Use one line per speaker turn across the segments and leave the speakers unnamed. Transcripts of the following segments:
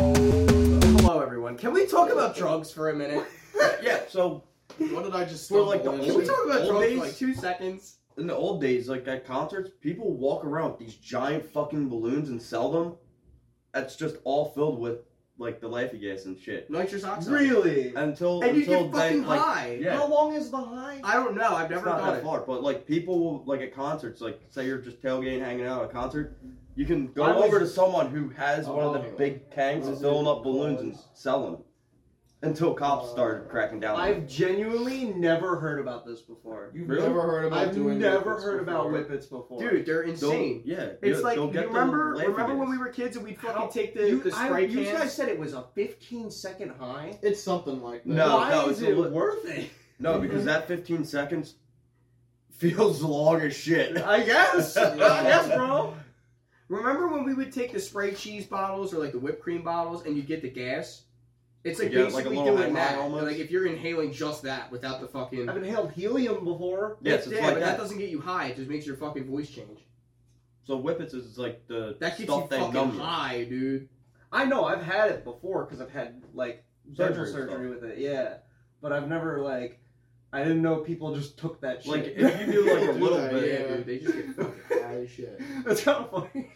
Hello, everyone. Can we talk about drugs for a minute?
yeah, so
What did I just
We're
stumble
like the
Can we
into?
talk about
Old
drugs
days?
for like two seconds?
in the old days, like at concerts, people walk around with these giant fucking balloons and sell them. That's just all filled with like the laughing gas and shit.
Nitrous oxide.
Really?
Until
And you
until
get
they,
fucking
like,
high.
Yeah,
How long is the high?
I don't know. I've
it's
never
not
done
that
it.
far, but like people will like at concerts, like say you're just tailgating, hanging out at a concert. You can go
I was-
over to someone who has one of
Oh.
the big tanks and
Oh.
filling up balloons and selling them. Until cops
Oh.
started cracking down. on it.
I've genuinely never heard about this before.
You've
Really?
never heard about
I've
doing
never
whippets
heard about
before.
whippets before.
Dude, they're
They'll-
insane.
Yeah,
It's
yeah,
like
they'll
you
get the
remember
laughing
remember when we
gas.
were kids and we'd fucking
How-
take the,
You-
the
I-
spray
You guys
cans?
said it was a 15 second high.
It's something like that.
No,
Why
no,
is
it's a
it
li-
worth it?
No, because that 15 seconds feels long as shit.
I guess.
Yeah.
I guess, bro. Remember when we would take the spray cheese bottles or like the whipped cream bottles and you get the gas? It's like
Yeah, like a
basically
little
doing
hemlock
that.
almost.
Like if you're inhaling just that without the fucking.
I've inhaled helium before.
yes, it's
yeah,
like
but
that.
that doesn't get you high. It just makes your fucking voice change.
So whippets is like the
That gets
stuff
you
that
fucking
numb you.
high, dude.
I know I've had it before because I've had like dental
Surgery and
surgery with it. Yeah, but I've never like I didn't know people just took that
Like
shit.
if you do like a
People do
little
that,
bit,
Yeah.
dude, they just get fucking.
High as shit.
That's kind of funny.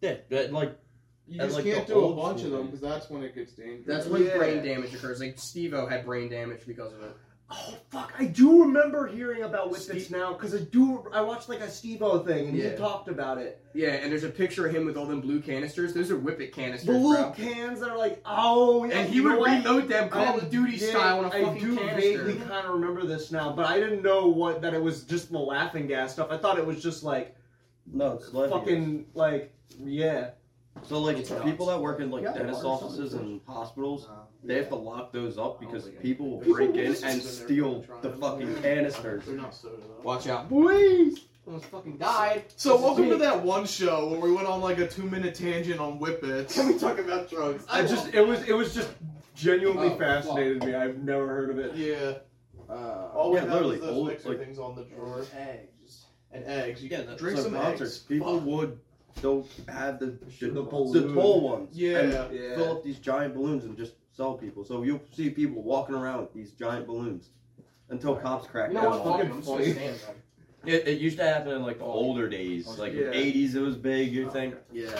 yeah, that like
You
And
just
like
can't
the
do a
old
bunch of
school
them
days.
because that's when it gets dangerous.
That's when
Yeah.
brain damage occurs. Like Steve-O had brain damage because of it.
Oh fuck! I do remember hearing about whippets
Steve-
now because I do. I watched like a Steve-O thing and
Yeah.
he talked about it.
Yeah, and there's a picture of him with all them blue canisters. Those are whippet canisters,
The little
bro.
cans that are like, oh, yeah,
And he
you
would
know what?
reload them Call
I
of Duty
did-
style in a
I do
fucking canister.
vaguely kind of remember this now, but I didn't know what that it was just the laughing gas stuff. I thought it was just like
no, it's like
fucking like yeah.
So like
It's nuts.
people that work in like
Yeah,
dentist
water
offices
something.
and hospitals,
Uh,
they have to lock those up
Oh
because
my God.
people will
People
break in
just-
and steal the fucking canisters.
They're not soda though.
Watch out.
Please.
Almost fucking died.
So
This is
welcome to
big.
that one show where we went on like a two-minute tangent on whippets.
Can we talk about drugs?
I just it was it was just genuinely
Oh, fuck.
fascinated me. I've never heard of it.
Yeah.
Uh,
All we
Yeah,
have
literally,
is those
old,
mixer
like-
things on the drawer
eggs.
and eggs. You
Yeah,
can
that's
drink
so
some
concerts.
eggs.
People
Fuck.
would they'll have the
The
the,
balloon.
tall ones.
Yeah.
and
Yeah.
fill up these giant balloons and just sell people. So you'll see people walking around with these giant balloons until cops crack
You know
down
what's
on it.
fucking
fucking
funny?
funny?
It, it used to happen in like the older days, like
Yeah.
eighties. It was big. You think?
Yeah.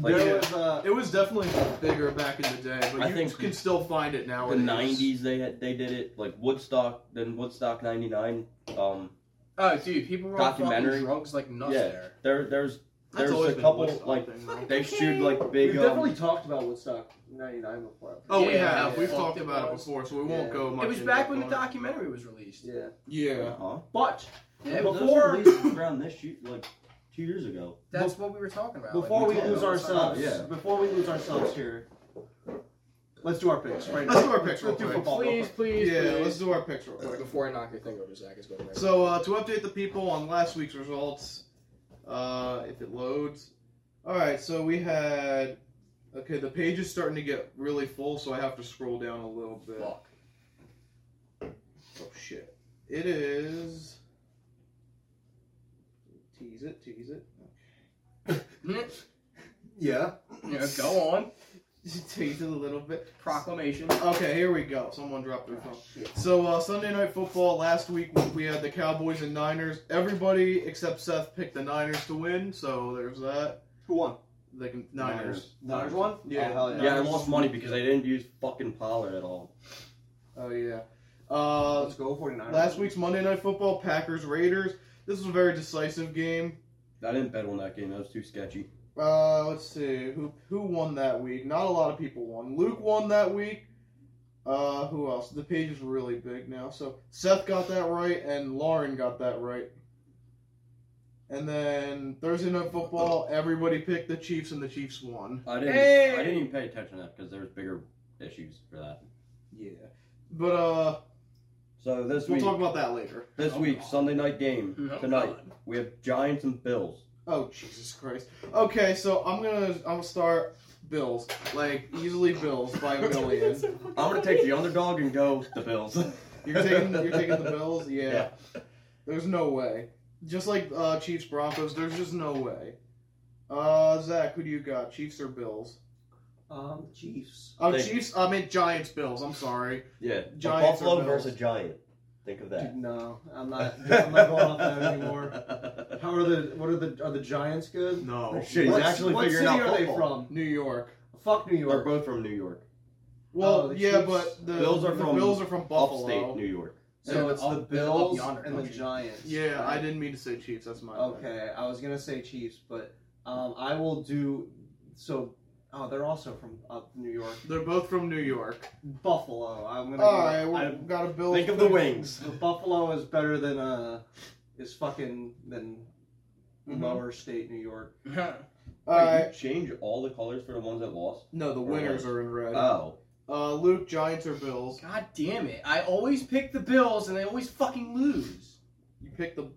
Like,
there
yeah.
was uh,
It was definitely bigger back in the day, but
I
you
think
can still find it now.
The nineties, they had, they did it like Woodstock, then Woodstock '99. Um,
Oh, dude, people were on fucking
Documentary.
drugs like nuts
Yeah.
there.
there, there's,
That's
there's
always
a
been
couple,
Woodstock
like,
thing, right?
they shoot like
we
big. Um,
definitely talked about Woodstock '99 before.
Oh, we
Yeah,
have.
yeah.
We've talked about it before, so we won't
Yeah.
go much.
It was
in
back
depth
when the
on it.
documentary was released.
Yeah,
Yeah.
huh?
but
Yeah,
uh-huh. Those
Before-
were released around this shoot, like two years ago.
That's what we were talking about.
before
Like,
we
we
talked
lose
about
ourselves,
Yeah.
before we lose ourselves here, let's do our picks right now.
Let's do our picks real
Let's do
quick.
football. real
Please,
quick.
please,
Yeah,
please.
let's do our picture real quick.
Before I knock your thing over, Zach is going there.
So uh, to update the people on last week's results, uh, if it loads. All right, so we had. Okay, the page is starting to get really full, so I have to scroll down a little bit.
Fuck.
Oh shit! It is. Tease it, tease it.
Yeah.
yeah, go on.
tease it a little bit.
Proclamation.
Okay, here we go. Someone dropped their phone.
shit.
So uh, Sunday night football last week we had the Cowboys and Niners. Everybody except Seth picked the Niners to win, so there's that.
Who won?
The Niners. Niners.
Niners won.
Yeah.
Oh, hell yeah.
Yeah, I lost money because I didn't use fucking Pollard at all.
Oh yeah. Uh,
Let's go 49ers.
last week's Monday night football Packers Raiders. This was a very decisive game.
I didn't bet on that game. That was too sketchy.
Uh, let's see who who won that week. Not a lot of people won. Luke won that week. Uh, who else? The page is really big now. So Seth got that right, and Lauren got that right. And then Thursday night football, everybody picked the Chiefs, and the Chiefs won.
I didn't.
Hey!
I didn't even pay attention to that because there was bigger issues for that.
Yeah. But uh,
So this
we'll
week,
talk about that later.
this week Sunday night game
No,
tonight.
God.
We have Giants and Bills.
Oh Jesus Christ. Okay, so I'm gonna I'm gonna start Bills, like easily Bills by a million.
I'm gonna take the underdog and go the Bills.
You're taking you're taking the Bills, yeah.
Yeah.
There's no way. just like uh, Chiefs Broncos, there's just no way. Uh, Zach, who do you got? Chiefs or Bills?
Um, Chiefs.
Oh,
Thank-
Chiefs. I meant Giants. Bills. I'm sorry.
Yeah,
Giants
but
or
Buffalo
Bills?
versus Giant. Think of that.
Dude, no, I'm not. I'm not going off that anymore. How are the? What are the? Are the Giants good?
No.
Oh, Shit, he's
What-
actually
what
figuring
city
out
are they
football.
from?
New York.
Fuck New
They're
York.
both from New York,
Well,
the
yeah,
Chiefs-
but the
Bills are
the
from
Bills are from Buffalo.
upstate New York.
So
Yeah,
it's
up-
the
up
Bills
yonder
and the
country.
Giants.
Yeah, I
right?
didn't mean to say Chiefs. That's my bad.
Okay, I was gonna say Chiefs, but um, I will do. So, oh, they're also from up New York,
They're both from New York.
Buffalo. I'm gonna.
All right,
go,
we
I-
have got a Bills.
Think of the wings.
the Buffalo is better than uh, is fucking than
Mhm.
lower state New York.
All
Wait,
right.
you change all the colors for the ones that lost?
No, the
Or
winners
what?
are in red.
Oh,
Uh, Luke, Giants or Bills?
God damn it! I always pick the Bills and they always fucking lose.
You picked the.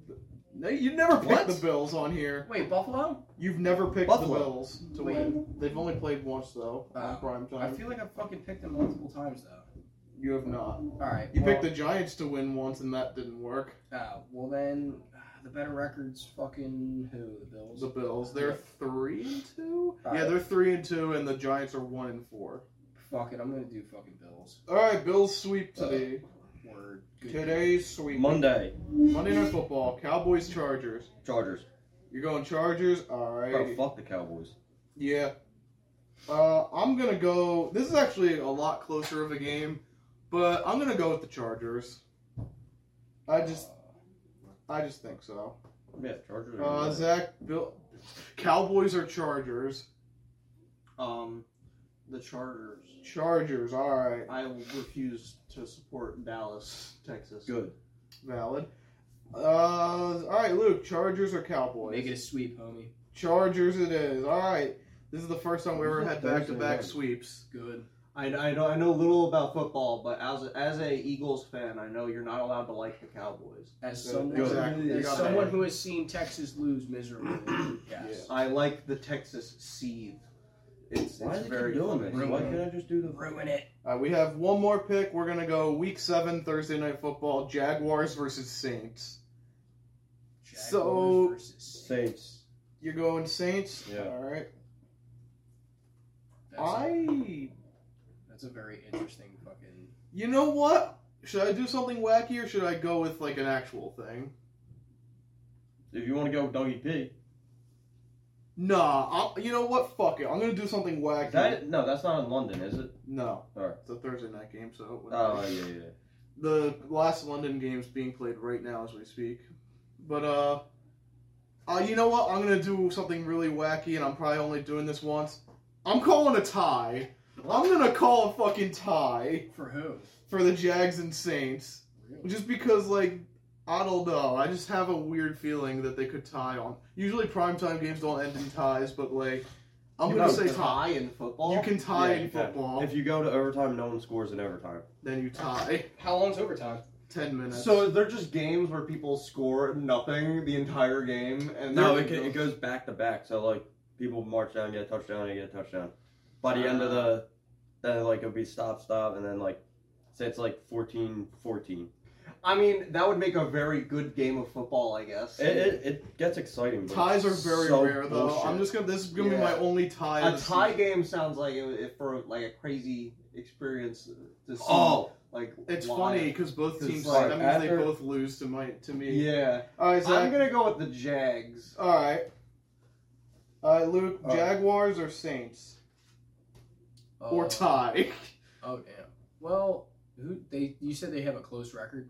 No, you never picked
What?
the Bills on here.
Wait, Buffalo?
You've never picked
Buffalo.
the Bills to win. They've only played once though on
Uh,
prime
I
time.
feel like I've fucking picked them multiple times though.
You have not.
All right.
You
well,
picked the Giants to win once, and that didn't work.
Uh, well then, uh, the better records fucking who? The Bills.
The Bills, they're three and two.
All
Yeah,
right.
they're three and two, and the Giants are one and four.
Fuck it, I'm gonna do fucking Bills.
All right, Bills sweep today.
Word. Uh, Good.
Today's sweep.
Monday,
Monday Night Football. Cowboys, Chargers.
Chargers.
You're going Chargers. All
Bro,
right.
fuck the Cowboys.
Yeah. Uh, I'm gonna go. This is actually a lot closer of a game, but I'm gonna go with the Chargers. I just, I just think so.
Yeah, Chargers. are
Uh,
good.
Zach, Bill, Cowboys or Chargers?
Um, the Chargers.
Chargers. All right,
I will refuse to support Dallas, Texas.
good.
valid. Uh, all right, Luke. Chargers or
Make it
Cowboys?
a sweep, homie.
Chargers. It is. All right. This is the first time we ever had
Thursday
back-to-back
night.
sweeps.
Good.
I, I know I know little about football, but as as a Eagles fan, I know you're not allowed to like the Cowboys.
As
Good.
someone,
Exactly.
as
You got
someone
that.
who has seen Texas lose miserably, yes.
I like the Texas seethe. It's,
Why
it's
is
very
very doing
funny.
this? Why
Ruin it.
can't I just do the
Ruin it.
All right, Uh, we have one more pick. We're gonna go Week Seven, Thursday Night Football. Jaguars versus Saints. So-
Jaguars versus Saints.
Saints?
You're going Saints.
Yeah.
All right.
That's, a,
I.
that's a very interesting fucking.
You know what? Should I do something wacky or should I go with like an actual thing?
If you want to go with Dougie P,
Nah. I'll, you know what? Fuck it. I'm gonna do something wacky.
Is that no, that's not in London, is it?
No.
Alright.
It's a Thursday night game, so. It wouldn't
Oh
be.
yeah, yeah. yeah.
The last London game's being played right now as we speak. But uh. Uh, you know what? I'm gonna do something really wacky, and I'm probably only doing this once. I'm calling a tie. I'm gonna call a fucking tie
For who?
for the Jags and Saints.
Really?
Just because, like, I don't know. I just have a weird feeling that they could tie on. Usually, primetime games don't end in ties, but, like, I'm
You
going to
can
say tie.
tie in football.
You can tie
Yeah,
in
you can.
football,
If you go to overtime, no one scores in overtime.
then you tie.
How long's overtime?
10 minutes.
So they're just games where people score nothing the entire game, and
No,
they're-
it, can, it goes back to back. So like people march down, get a touchdown, and get a touchdown. By the end of the, then like it'll be stop, stop, and then like, say it's like 14-14.
I mean, that would make a very good game of football, I guess.
It, it, it gets exciting. But
Ties are
it's
very
so
rare, though.
bullshit.
I'm just going to. This is going to
Yeah.
be my only tie.
a
this
tie
season.
game sounds like it, it for like a crazy experience to see.
Oh,
like
It's
live.
funny because both
It's
teams.
like
that means
after-
they both lose to my to me.
Yeah,
All right,
I'm
Zach.
gonna go with the Jags.
All right. All right, Luke.
All right.
Jaguars or Saints or
Uh,
tie?
Oh damn. Well, who they? You said they have a close record.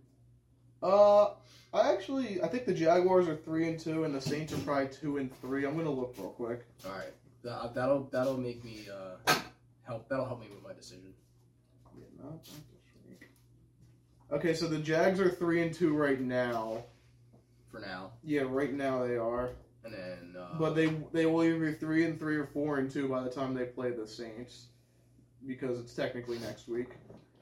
Uh, I actually I think the Jaguars are three and two, and the Saints are probably two and three. I'm gonna look real quick.
All right. That, uh, that'll that'll make me uh, help. That'll help me with my decision.
Okay, so the Jags are three and two right now.
For now,
Yeah, right now they are,
and then. Uh,
but they
Oh.
they will either be three and three or four and two by the time they play the Saints, because it's technically next week.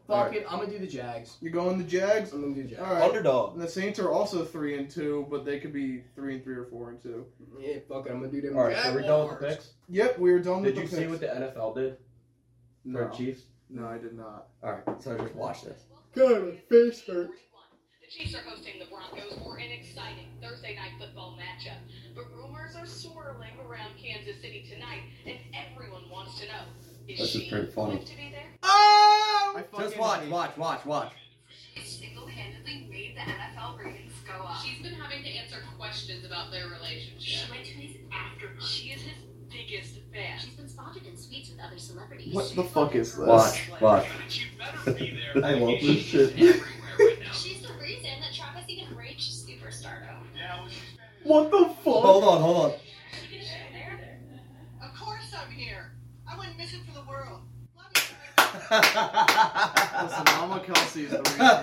fuck
Alright.
it. I'm gonna do the Jags.
You're going the Jags.
I'm gonna do the Jags.
All right.
underdog.
And the Saints are also three and two, but they could be three and three or four and two.
Yeah, fuck it. I'm gonna do them.
All right, so we're done with the
Jaguars.
picks.
Yep, we are done
Did
with
you
the
see
picks.
what the NFL did for
no,
Chiefs?
no, I did not.
All right, so just watch this.
Go to Facebook.
Chiefs are hosting the Broncos for an exciting Thursday night football matchup. But rumors are swirling around Kansas City tonight, and everyone wants to know is
This is
she
pretty funny.
going to be there?
I
Just
fucking
watch,
hate-
watch, watch, watch.
single-handedly made the NFL ratings go up.
She's been having to answer questions about their relationship.
went to his after. She is his biggest fan.
She's been spotted in suites with other celebrities.
What the fuck is this?
Watch, watch.
I love this
shit.
She's the reason that Travis even reached superstardom.
What the fuck?
Hold on, hold on.
Of course I'm here. I wouldn't miss it for the world.
Listen, Mama Kelsey is the reason we watch.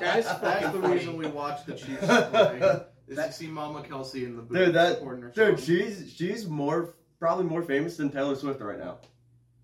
That is
That's the
fucking funny.
reason we watch the Chiefs play. Is to
That-
see Mama Kelsey in the booth
Dude, that-
supporting her
Dude,
son.
she's she's more probably more famous than Taylor Swift right now.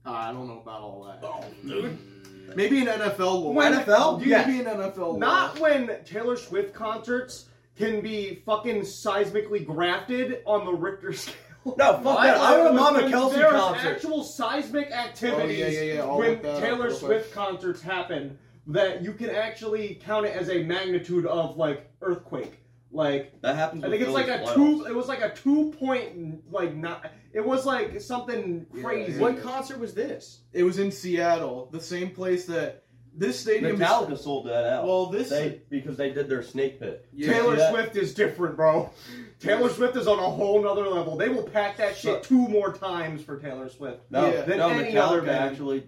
Uh, I don't know about all that.
dude.
Mm. Maybe an NFL lawyer. Oh,
When-
NFL?
Maybe
Yes.
an NFL lawyer.
Not when Taylor Swift concerts can be fucking seismically grafted on the Richter scale.
No, fuck that. I want a Mama
When
Kelsey
there's
concert.
actual seismic activities
Oh, yeah, yeah, yeah. I'll
when
look that up
Taylor
real quick.
Swift concerts happen that you can actually count it as a magnitude of like earthquake. Like
That happens.
I think
with
it's like
Philly's
a
playoffs.
two. It was like a two point like not. It was like something
Yeah,
crazy.
yeah.
What concert was this?
It was in Seattle, the same place that this stadium.
Metallica sold that out.
Well, this
they because they did their snake pit.
Taylor
Yeah.
Swift is different, bro. Taylor Swift is on a whole nother level. They will pack that shit two more times for Taylor Swift.
No,
Yeah.
Than
no,
any
Metallica
other band.
actually.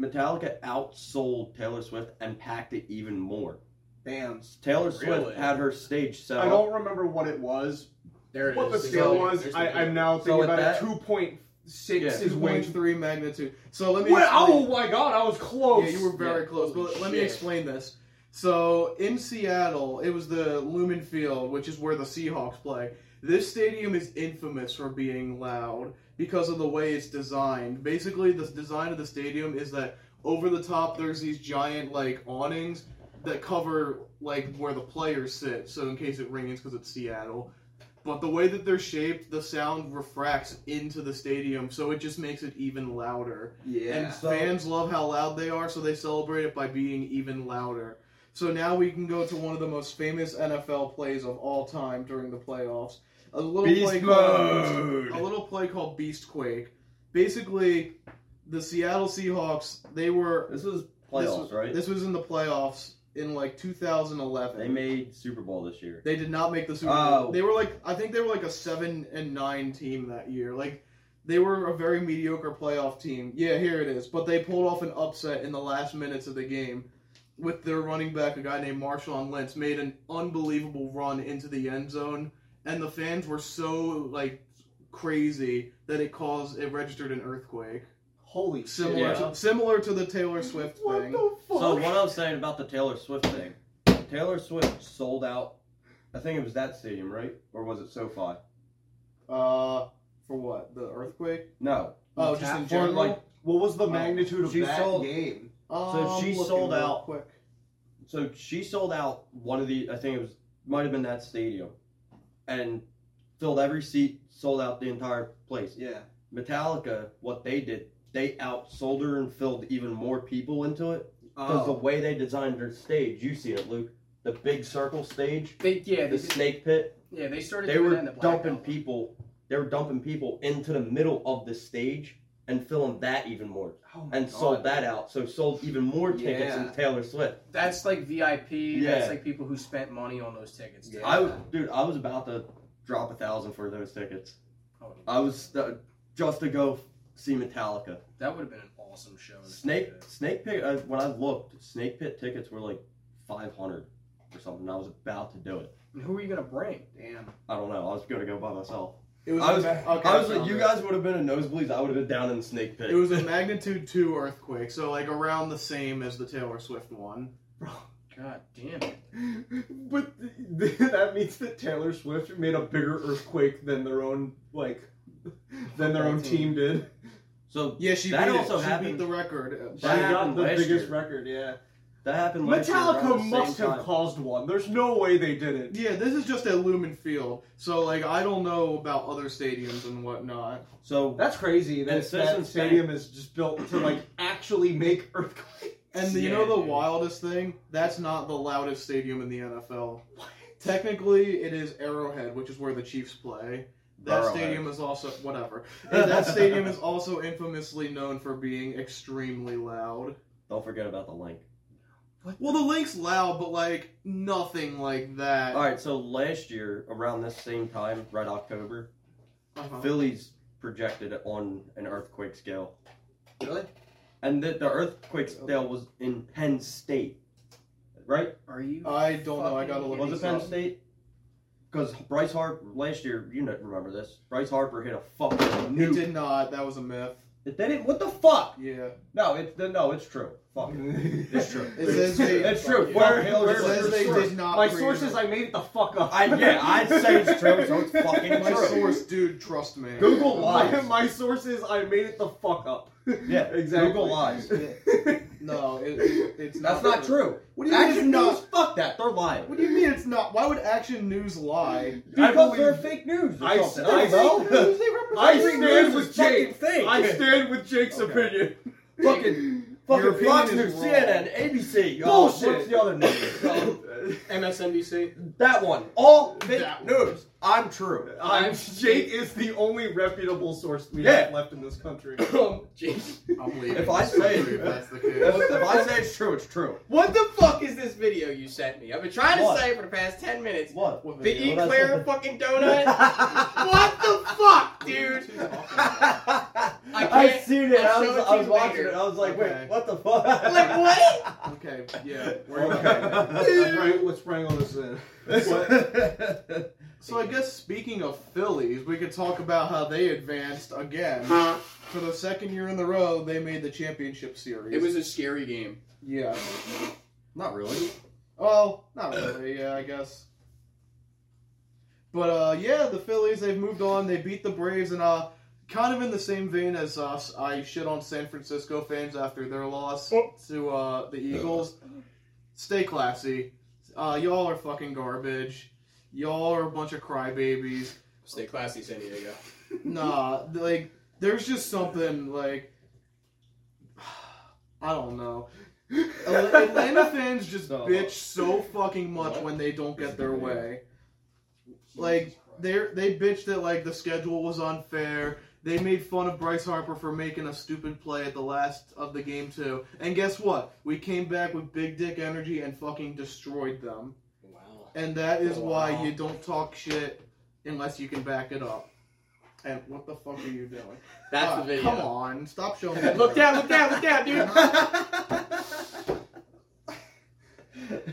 Metallica outsold Taylor Swift and packed it even more.
Damn.
Taylor
Really?
Swift had her stage set
I
up.
don't remember what it was,
There it
what the
is.
scale
So-
was.
there's the
I,
video.
I'm now
So
thinking
with
about
that-
it. Two point six
Yeah.
is way. too-
2.3 magnitude. So let me.
What?
explain-
Oh my god, I was close.
Yeah, you were very
Yeah,
close.
holy
But let me
shit.
explain this. So in Seattle, it was the Lumen Field, which is where the Seahawks play. This stadium is infamous for being loud because of the way it's designed. Basically, the design of the stadium is that over the top there's these giant like awnings that cover like where the players sit. So in case it rains, because it's Seattle. But the way that they're shaped, the sound refracts into the stadium, so it just makes it even louder.
Yeah.
And fans love how loud they are, so they celebrate it by being even louder. So now we can go to one of the most famous NFL plays of all time during the playoffs. A little play
Beast
called
mode.
a little play called Beast Quake. Basically, the Seattle Seahawks, they were
This was
this
playoffs,
was-
right?
This was in the playoffs in like 2011.
they made Super Bowl this year.
They did not make the Super
Oh.
Bowl. They were like I think they were like a seven and nine team that year. Like they were a very mediocre playoff team. Yeah, here it is. But they pulled off an upset in the last minutes of the game with their running back, a guy named Marshawn Lynch, made an unbelievable run into the end zone, and the fans were so like crazy that it caused it registered an earthquake.
Holy
Similar
Yeah.
to similar to the Taylor Swift
What
thing.
the fuck?
So what I was saying about the Taylor Swift thing, Taylor Swift sold out. I think it was that stadium, right? Or was it SoFi?
Uh for what? The earthquake?
No.
Oh, just in
For
general.
like,
What was the magnitude of
She
that?
sold-
game.
Um,
she
looking
sold
real
out
quick.
so she sold out one of the. I think it was might have been that stadium, and filled every seat, sold out the entire place.
Yeah.
Metallica, what they did, they outsold her and filled even more people into it
Oh.
because
Oh.
the way they designed their stage, you see it, Luke, the big circle stage,
They, yeah, they,
the
did,
snake pit.
yeah, they started
they
doing that in
were
the Black
dumping
Album.
people they were dumping people into the middle of the stage and filling that even more
Oh my
and
God.
sold that out so sold even more tickets
Yeah.
than taylor swift
That's like VIP.
Yeah.
That's like people who spent money on those tickets. too.
Yeah.
i was dude i was about to drop a thousand for those tickets
Oh,
i was uh, just to go see metallica
That would have been an awesome
Oh,
show.
snake snake pit uh, when i looked snake pit tickets were like 500 or something i was about to do it
And who are you gonna bring?
Damn.
i don't know i was gonna go by myself
It was,
I
a
was-
ma- okay,
i was
found
like you
it.
guys would have been in nosebleeds i would have been down in the snake pit
It was a magnitude two earthquake, so like around the same as the Taylor Swift one.
God damn it!
But th- that means that Taylor Swift made a bigger earthquake than their own like than their own team did.
so
Yeah, she
That
beat it.
also
she beat
happened-
the record.
That
she got
happened
the
last
biggest
year.
record, yeah.
That happened last year around
Metallica
the
must
same
have
time.
caused one. There's no way they didn't.
Yeah, this is just at Lumen Field, so like I don't know about other stadiums and whatnot.
So
That's crazy. That,
And Citizens
that stadium is just built to like actually make earthquakes.
And the- you
Yeah,
know the
dude.
wildest thing? That's not the loudest stadium in the NFL. Technically, it is Arrowhead, which is where the Chiefs play. That
Burrowhead.
stadium is also whatever. And that stadium is also infamously known for being extremely loud.
Don't forget about the link.
Well, the link's loud, but like nothing like that.
All right, so last year around this same time, right October,
Uh-huh.
Philly's projected on an earthquake scale,
Really?
and the, the earthquake scale was in Penn State, right?
Are you?
I don't know. I gotta look.
Was
this
it Penn
up.
State? Because Bryce Harper last year, you don't remember this. Bryce Harper hit a fucking
It
nuke.
did not. That was a myth.
It didn't. What the fuck?
Yeah.
No, it's no, it's true. Fuck it. It's true.
It says they.
It's true.
fuck you.
Where,
It
where,
says they
where,
did not.
My
create
sources,
it.
I made it the fuck up.
I yeah, I'd say it's true, so it's fucking
My
true.
source, dude. Trust me.
Google
My,
lies.
my sources, I made it the fuck up.
Yeah,
exactly.
Google lies.
No, it, it- it's
That's not true.
What do you mean
Action
it's not?
news, fuck that. They're lying.
What do you mean it's not? Why would Action News lie?
Because
believe-
they're fake news. Or
I-
something.
I-
I don't know.
I
Fake
stand
news
with
is fucking
Jake.
fake.
I stand with Jake's
Okay.
opinion.
fucking fucking
opinion
Fox
is
News,
wrong.
CNN, ABC. uh,
Bullshit.
What's the other news? Uh,
MSNBC.
that one. All fake
That
news. I'm true.
I'm, Jake is the only reputable source we
Yeah.
have left in this country.
Um, jeez.
I'll believe
If I say it,
that's the
if, if I say it's true, it's true.
What the fuck is this video you sent me? I've been trying to
What?
say for the past ten minutes.
What?
The
Yeah,
E
well, that's
Claire
something.
fucking donut. what the fuck, dude?
I seen it. I
I'll
was,
show it to
I was
you
watching
later.
it. I was like,
Okay.
wait, what the fuck?
Like what?
Okay, yeah. we're okay.
Okay.
Let's bring- let's bring all this in.
What?
So I guess speaking of Phillies, we could talk about how they advanced again for the second year in the row. They made the championship series.
It was a scary game.
yeah.
Not really.
Well, not really. Yeah, I guess. But uh, yeah, the Phillies they've moved on. They beat the Braves, and uh, kind of in the same vein as us, I shit on San Francisco fans after their loss
Oh.
to uh, the Eagles. Stay classy. Uh, y'all are fucking garbage. Y'all are a bunch of crybabies.
Stay classy, San Diego.
Nah, like there's just something like I don't know. Atlanta fans just
So-
bitch so fucking much
What?
when they don't get their way. Like they are they bitch that like the schedule was unfair. They made fun of Bryce Harper for making a stupid play at the last of the game too. And guess what? We came back with big dick energy and fucking destroyed them.
Wow.
And that is
Wow.
why you don't talk shit unless you can back it up. And what the fuck are you doing?
That's
Ah,
the video.
Come on, stop showing me.
Look down, look down, look down, dude.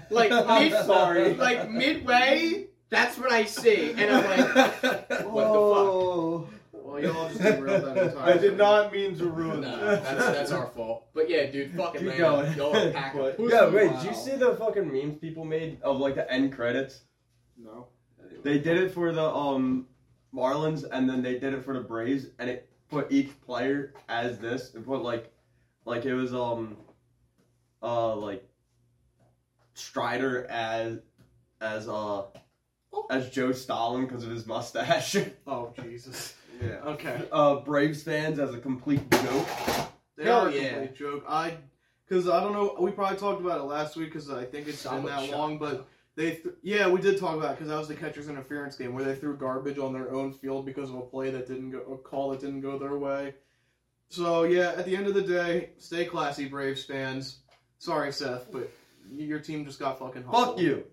Like mid,
Sorry.
like midway. That's what I see, and I'm like, what the fuck?
Oh,
Well, y'all just derailed that entire.
I did not mean to ruin
Nah,
that.
that's, that's our fault. But yeah, dude, fuck
Keep
Atlanta.
going.
Y'all are a pack of
But-
pussy.
Yeah, wait, did
Wow.
you see the fucking memes people made of like the end credits?
No.
They did it for the um Marlins and then they did it for the Braves and it put each player as this. It put like like it was um uh like Strider as as uh as Joe Stalin because of his mustache.
Oh Jesus.
Yeah.
Okay.
uh Braves fans as a complete joke.
They
Hell
are a
yeah.
complete joke. I, because I don't know. We probably talked about it last week because I think it's
Solid
been that
shot.
long, but. They th- yeah, we did talk about because that was the catcher's interference game where they threw garbage on their own field because of a play that didn't go a call that didn't go their way. So yeah, at the end of the day, stay classy, Braves fans. Sorry, Seth, but your team just got fucking humbled.
Fuck you.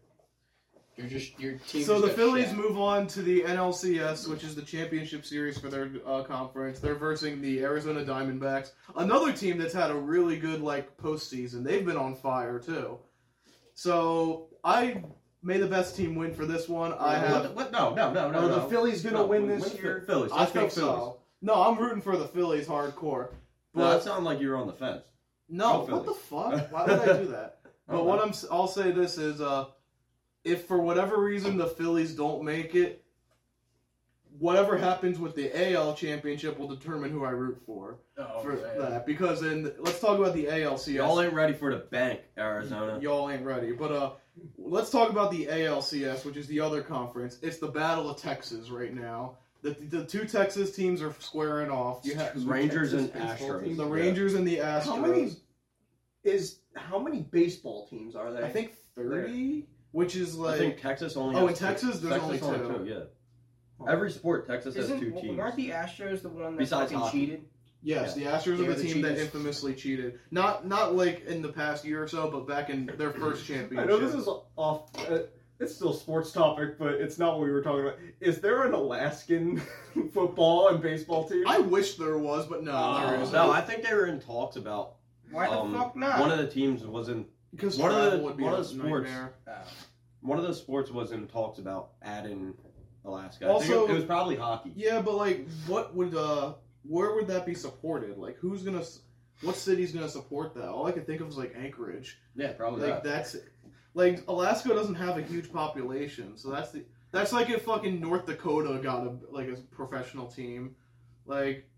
You're just your team.
So
just
the
got
Phillies
shit.
move on to the NLCS, which is the championship series for their uh, conference. They're versing the Arizona Diamondbacks, another team that's had a really good like postseason. They've been on fire too. So I may the best team win for this one. I
What, the-
have.
what, no, no, no, no.
Are
no.
the Phillies gonna
No,
win this
the
year?
Phillies.
I
Let's go
think
Phillies.
so. No, I'm rooting for the Phillies hardcore.
Well, that
But
sounded like you were on the fence.
no,
go
what the fuck? Why would I do that? But what I'm s- I'll say this is uh if for whatever reason the Phillies don't make it whatever happens with the AL championship will determine who I root for
Oh,
for
man.
that because in let's talk about the ALCS.
Y'all ain't ready for the bank, Arizona.
Y'all ain't ready. But uh let's talk about the ALCS, which is the other conference. It's the Battle of Texas right now. The, the two Texas teams are squaring off. You have
Rangers and
Texas baseball
Astros.
team.
the Rangers and the Astros.
How many is
how many baseball teams are there?
I think thirty, which is like
I think Texas only.
Oh,
has
in Texas,
two.
there's
Texas
only two.
Yeah. Every sport, Texas has two
Isn't
teams.
aren't the Astros the one that
Besides
fucking
hockey.
cheated?
yes, the Astros
They
are
were
the
the
team that
cheaters.
infamously cheated. Not not like in the past year or so, but back in their first
I
championship.
know this is off. Uh, it's still a sports topic, but it's not what we were talking about. Is there an Alaskan football and baseball team?
I wish there was, but no, there
Uh,
isn't.
no, I think they were in talks about.
Why
um,
the fuck not?
One of the teams was in.
because
What are the-
travel would be
what are
a
the sports?
nightmare.
Oh.
One of the sports was in talks about adding Alaska. I
Also-
think it, it was probably hockey.
Yeah, but like, what would uh, where would that be supported? Like, who's gonna, s- what city's gonna support that? All I could think of was like Anchorage.
Oh, Yeah, probably.
Like that's like Alaska doesn't have a huge population, so that's the that's like if fucking North Dakota got a like a professional team. Like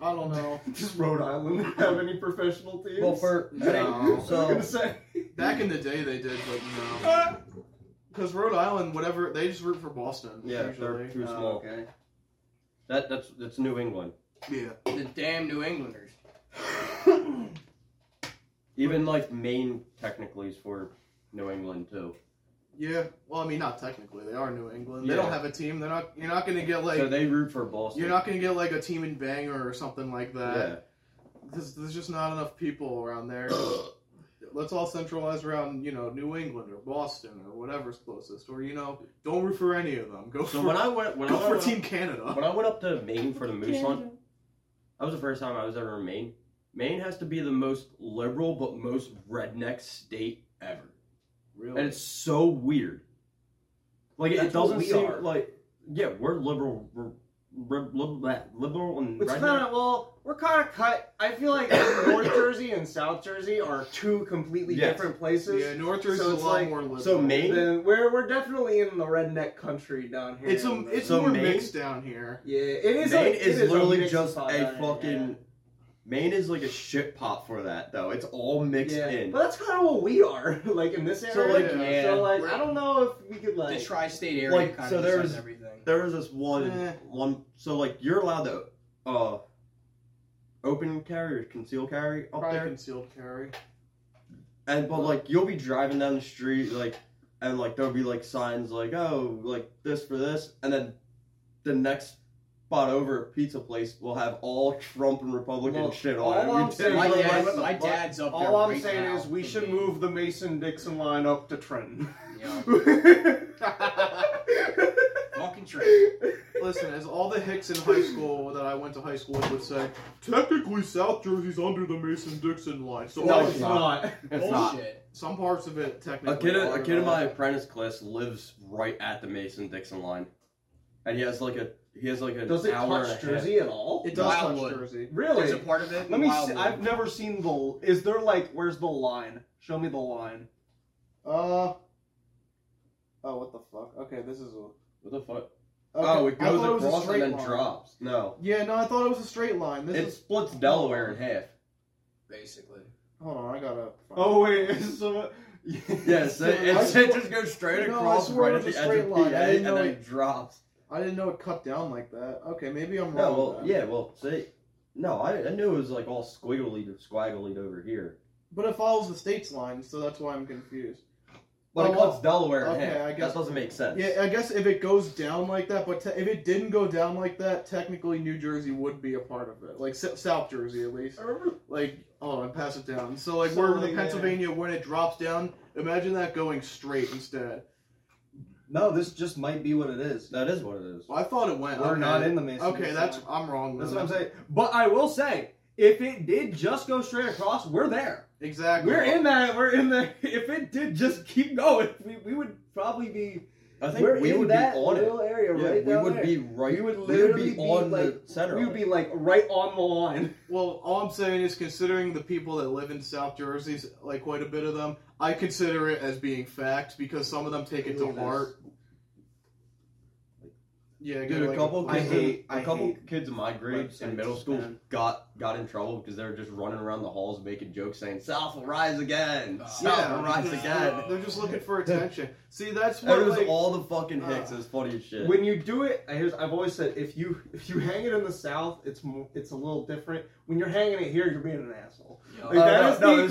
I don't know.
Does Rhode Island have any professional teams?
Well, for
No.
I was
so
gonna say.
Back in the day they did, but no. Because Rhode Island, whatever they just root for Boston.
yeah, they're
usually. um,
too
Oh,
small.
okay.
That that's that's New England.
Yeah.
the damn New Englanders.
Even like Maine technically is for New England too.
Yeah. Well, I mean not technically. They are New England. They
Yeah.
don't have a team. They're not you're not gonna get like
so they root for Boston.
you're not gonna get like a team in Bangor or something like
Yeah.
that. There's, there's just not enough people around there. let's all centralize around you know New England or Boston or whatever's closest, or you know don't root for any of them. Go
So
for
when I went when
go
I
for
went
Team Canada.
When I went up to Maine for the moose hunt, that was the first time I was ever in Maine. Maine has to be the most liberal but most redneck state ever,
Really?
and it's so weird. Like it
That's
doesn't
what we
seem
are.
like yeah we're liberal, we're, we're li- liberal and
It's
redneck.
kind of well, we're kind of cut. I feel like North Jersey and South Jersey are two completely
Yes.
different places.
yeah, North Jersey
so
is
it's
a lot
like-
more liberal.
so Maine.
Then we're we're definitely in the redneck country down here.
it's a it's
So
more
Maine-
mixed down here.
yeah, it is.
Maine
a, it
is
is
literally
a
just
mixed
a
pot,
fucking. Maine is like a shit pot for that though. It's all mixed
Yeah.
in.
But that's kind of what we are, like in this
So,
area.
like,
So,
yeah.
like, I don't know if we could
the
like.
tri-state area
like,
kind
so
of
there
decides
was-
everything.
there was this one
Eh.
one so like you're allowed to uh open carry or conceal carry up
Probably
there
concealed carry.
and but like you'll be driving down the street like and like there'll be like signs like oh like this for this and then the next spot over a pizza place will have all Trump and Republican
Look,
shit
all
on it. We
I'm
did-
saying
my,
Like,
dad-
what the
my
fuck?
dad's up there.
All I'm
right
saying
now
is we
from
should
Maine.
move the Mason Dixon line up to Trenton.
Yeah. Fucking true.
Listen, as all the hicks in high school that I went to high school with would say, technically South Jersey's under the Mason-Dixon line. So
no,
I-
it's not.
It's not.
Bullshit.
some parts of it technically.
A kid,
are, uh,
a kid in
though.
my apprentice class lives right at the Mason Dixon line, and he has like a he has like an
Does it
hour and a half.
touch Jersey at all?
It does
Wildwood.
touch Jersey.
Really?
There's a part of it.
Let me.
Wildwood.
See, I've never seen the. Is there like? Where's the line? Show me the line.
Uh. Oh, what the fuck? Okay, this is a.
What the fuck?
Okay.
Oh, it
I
goes
thought was a
across
straight
and then
line.
drops. No,
Yeah, no, I thought it was a straight line. This
it
is.
splits Delaware in half.
Basically.
Hold on, I gotta.
Oh wait. It's so,
Yes, it, it's, it just goes straight
No, I
across right
swear it
at
was a
the edge
straight
of
line. I
PA,
didn't
and
know
then
it-
it drops.
I didn't know it cut down like that. Okay, maybe I'm wrong.
No, well,
then.
yeah, well, see, no, I, I knew it was like all squiggly, squaggly over here,
But it follows the state's line, so that's why I'm confused.
but it
Oh, well,
cuts Delaware in
okay,
half.
I guess-
that doesn't make sense.
Yeah, I guess if it goes down like that, but te- if it didn't go down like that, technically New Jersey would be a part of it, like S- South Jersey at least.
I remember.
Like, oh, and pass it down. So like,
So,
where the
like,
Pennsylvania when it drops down, imagine that going straight instead.
No, this just might be what it is.
that is what it is.
I thought it went.
We're
okay.
not in the Mason.
Okay,
Dixon
that's
line.
I'm wrong.
that's
then.
what I'm saying. But I will say, if it did just go straight across, we're there.
Exactly.
We're in that. We're in the. If it did just keep going, we, we would probably be.
I think
we're
we
in
would
that
be on it.
little area
Yeah,
right
we
down
would
there.
be right.
We would
we
literally
would
be
be on
like-
the center.
We
of
would be
it.
like right on the line.
Well, all I'm saying is, considering the people that live in South Jersey, like quite a bit of them, I consider it as being fact because some of them take it to
Yes.
heart. Yeah,
Dude, a couple
I
kids,
hate-
a
I
couple
hate
kids in my grade in
websites,
middle school
man.
got got in trouble because they were just running around the halls making jokes, saying "South will rise again,
Oh.
South
Yeah,
will rise
because
again."
they're- They're just looking for attention. See, that's
That
what
was
like,
all the fucking
uh,
hicks. It's funny as shit.
When you do it, I- here's, I've always said if you if you hang it in the South, it's mo- it's a little different. When you're hanging it here, you're being an asshole.
Yeah.
Like, that
Uh,
is
no, no, it
the
was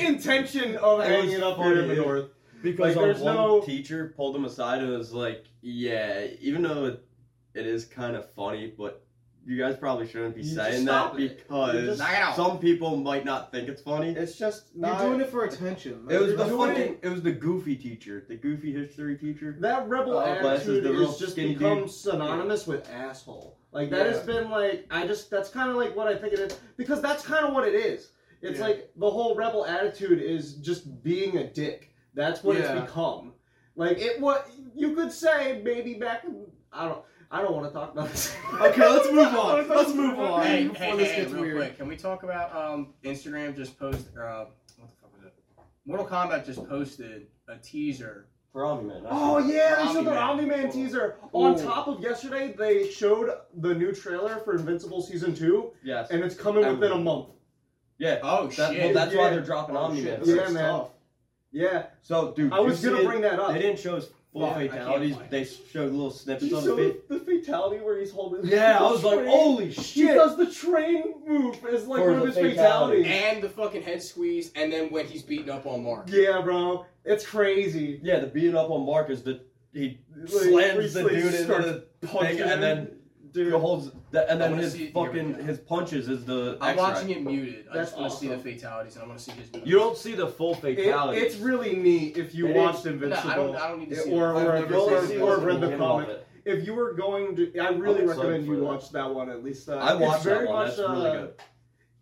funny.
intention of
It
hanging
was
it up here in the
funny, yeah.
North.
because
like,
our
there's
one
no-
teacher pulled him aside and was like, "Yeah, even though it, it is kind of funny, but you guys probably shouldn't be
You
saying
just
that
stop it. You
because
just- Knock it out.
some people might not think it's funny."
It's just
you're
not.
doing it for attention.
It was
You're
the
doing
fucking. It was the goofy teacher, the goofy history teacher.
That rebel
Oh, glasses,
attitude
the real
has just
skinny
become
dude.
synonymous with asshole. Like that
Yeah.
has been like I just that's kind of like what I think it is because that's kind of what it is. It's
Yeah.
like the whole rebel attitude is just being a dick. That's what
Yeah.
it's become. Like it what you could say maybe back in, I don't I don't want to talk about this.
Okay, let's move
I don't wanna
on.
talk
Let's
about
move
this.
on.
Hey,
before
hey,
this
hey,
gets
real
weird.
quick, can we talk about um, Instagram just posted, uh, what the fuck was it? Mortal Kombat just posted a teaser.
Probably man.
Oh yeah, they showed the
Omni-Man.
Omni Man
Oh.
teaser. On
Ooh.
top of yesterday, they showed the new trailer for Invincible season two,
Yes.
and it's coming
I
within a
will.
month.
yeah.
Oh,
That, well,
shit.
that's why
Yeah.
they're dropping
Oh,
Omni
shit,
Man.
this
Yeah,
looks
man.
tough.
Yeah,
So, dude,
I was
you
gonna
see
bring
it?
that up.
They didn't show us full
Yeah, I can't
fatalities.
find it.
They showed little snippets
You
of the
saw
bit.
the fatality where he's holding.
Yeah,
the
I was like,
train?
holy
He
shit.
does the train move as like
For
one of
the
his
fatality.
fatalities.
and the fucking head squeeze, and then when he's beating up on Mark.
Yeah, bro, it's crazy.
Yeah, the beating up on Mark is the he
Like,
slams the
like,
dude into
starts
the
punching
thing and
him.
then dude holds the, and
I
then
wanna
his
see it. Here
fucking
we go.
his punches is the.
I'm
X-ray.
watching it muted. I just
That's
want to see the
awesome.
fatalities, and I want to see his.
You don't see the full
It-
fatality.
it's really neat if you
It
watched
No,
Invincible.
I don't. I don't need to see.
or
it.
or,
I've
if
never
you-
seen
or,
it.
or read the
Him
comic.
off it.
If you were going to, I really
I'm excited
recommend
for
you
that.
watch that one at least. Uh,
I
it's
watched
very
that one.
much,
That's really
uh,
good.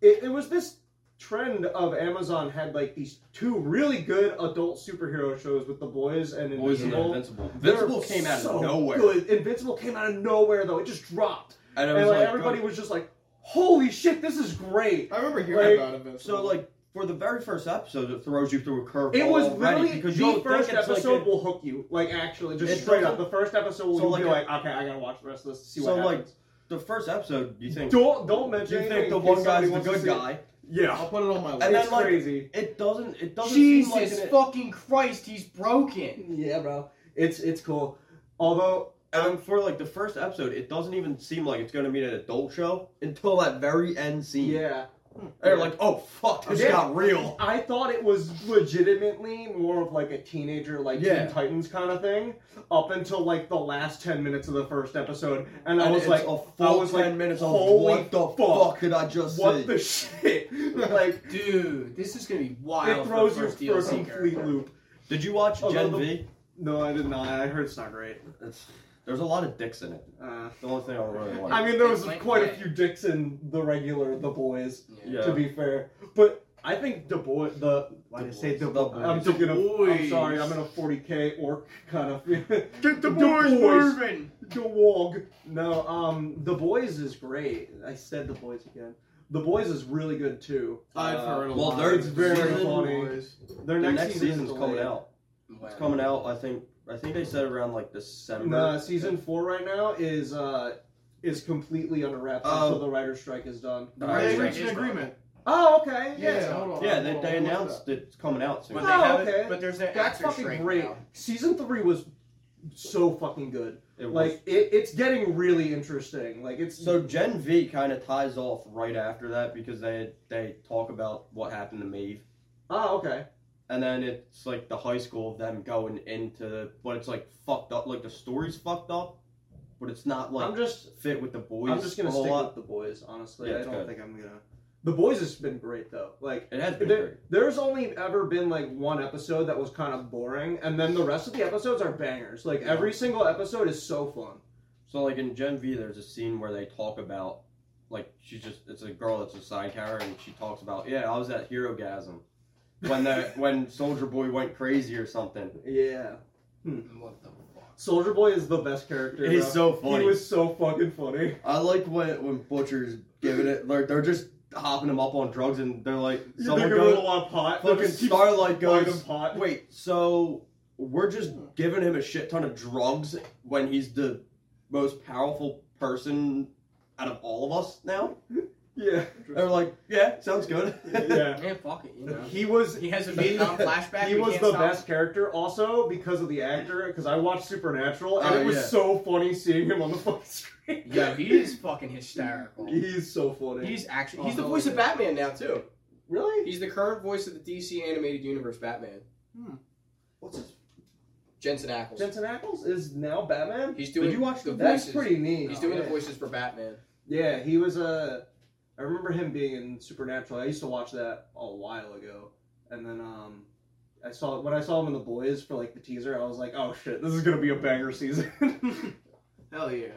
it, it was this trend of Amazon had like these two really good adult superhero shows with the boys and
Boys and the
Invincible.
Invincible.
They're
Invincible came out
so
of nowhere,
Good. Invincible came out of nowhere though. It just dropped,
and, it was
and like,
like, "Oh."
everybody was just like, "Holy shit, this is great!"
I remember hearing
Like,
about Invincible.
So like for the very first episode, it throws you through a curve.
It was
already
literally
because you
the
don't
first
think it's like
episode
a-
will hook you. Like actually,
It
just straight up,
doesn't-
the first episode will
So,
be
like,
like, "Okay, I gotta watch the rest of this to see
So,
what
like,
happens."
the first episode. You think
don't don't mention.
you think
anything
the
in
one
case
guy's the
somebody wants
good
to see it.
guy?
I'll
Yeah,
put it on my list.
And then,
it's
like-
crazy.
It doesn't. It doesn't
Jesus
seem like. An,
fucking Christ, he's broken.
Yeah, bro, it's it's cool. Although
and for like the first episode, it doesn't even seem like it's going to be an adult show until that very end scene.
Yeah.
They're like, oh fuck, this
Yeah.
got real.
I thought it was legitimately more of like a teenager, like
Yeah.
Teen Titans kind of thing, up until like the last ten minutes of the first episode, and, I
And
was
it's
like,
a full
I was
ten
like,
minutes of
holy
what the
fuck.
fuck did I just see?
what the shit? like,
Dude, this is gonna be wild.
it throws
for
you
the first
for a
DLC
complete
character.
loop.
did you watch
Oh,
Gen
the-
V?
No, I did not. I heard it's not great.
It's, there's a lot of dicks in it.
Uh,
The only thing I really like.
I mean, there was
It's like-
quite a
yeah.
few dicks in the regular The Boys,
yeah.
to be fair, but. I think Du Bois, the
Why did I say Du Bois?
I'm
Du
thinking of. I'm
Bois.
sorry, I'm in a 40k orc kind of.
Get
the boys moving. The Wog. No, um, The Boys is great. I said The Boys again. The Boys is really good too.
I've
Uh,
heard a
well,
lot.
they're
It's very
season-
funny.
Their
The
next,
next
season
season's
is
coming
delayed.
out. It's coming out. I think. I think they said around like December.
Nah, season four right now is uh is completely under wraps
Oh.
until the writer strike is done.
The
Alright,
They
writer's
reached
strike
an
is broken.
agreement.
Oh, okay, yeah.
Yeah, hold on.
Yeah, they,
hold on,
they
hold on.
announced it's coming out soon.
But
Oh,
they haven't.
okay.
But there's an
That's
actor
fucking
strike
great.
now.
Season three was so fucking good.
It was-
Like it, it's getting really interesting. Like it's
so Gen V kind of ties off right after that because they they talk about what happened to Maeve,
Oh, okay.
and then it's like the high school of them going into, but it's like fucked up. Like the story's fucked up, but it's not like
I'm just
fit with the boys.
I'm just gonna
a whole
stick
lot.
with the boys, honestly.
Yeah,
I
it's
don't
good.
think I'm gonna. The boys has been great though. Like
It has been
there,
great.
there's only ever been like one episode that was kind of boring, and then the rest of the episodes are bangers. Like every single episode is so fun.
So like in Gen V, there's a scene where they talk about like she's just it's a girl that's a side character and she talks about yeah I was at Hero Gasm when the when Soldier Boy went crazy or something.
Yeah,
What the fuck?
Soldier Boy is the best character.
He's
bro.
so funny.
He was so fucking funny.
I like when when butchers giving it like they're just hopping them up on drugs and they're like
They're
someone
giving him a
goes
lot of pot. They're
fucking
just keep
Starlight
buying
goes
him pot.
wait so we're just giving him a shit ton of drugs when he's the most powerful person out of all of us now.
Yeah.
And we're like, yeah, sounds good.
Yeah.
Man, fuck it. You know.
He was
He has a Vietnam flashback.
He
we
was
can't
the
stop
best character, also because of the actor. Because I watched Supernatural, and
Oh,
it was
yeah.
so funny seeing him on the fucking screen.
him. Yo, he is fucking hysterical.
he's so funny.
He's actually
Oh,
he's the voice of Batman now too.
really?
He's the current voice of the DC animated universe Batman.
What's his?
Jensen Ackles.
Jensen Ackles is now Batman.
He's doing
Did you watch
the
That's
voices.
pretty neat.
He's doing
yeah.
the voices for Batman.
Yeah, he was Uh, I remember him being in Supernatural. I used to watch that a while ago, and then um, I saw when I saw him in The Boys for like the teaser. I was like, oh shit, this is gonna be a banger season.
Hell yeah.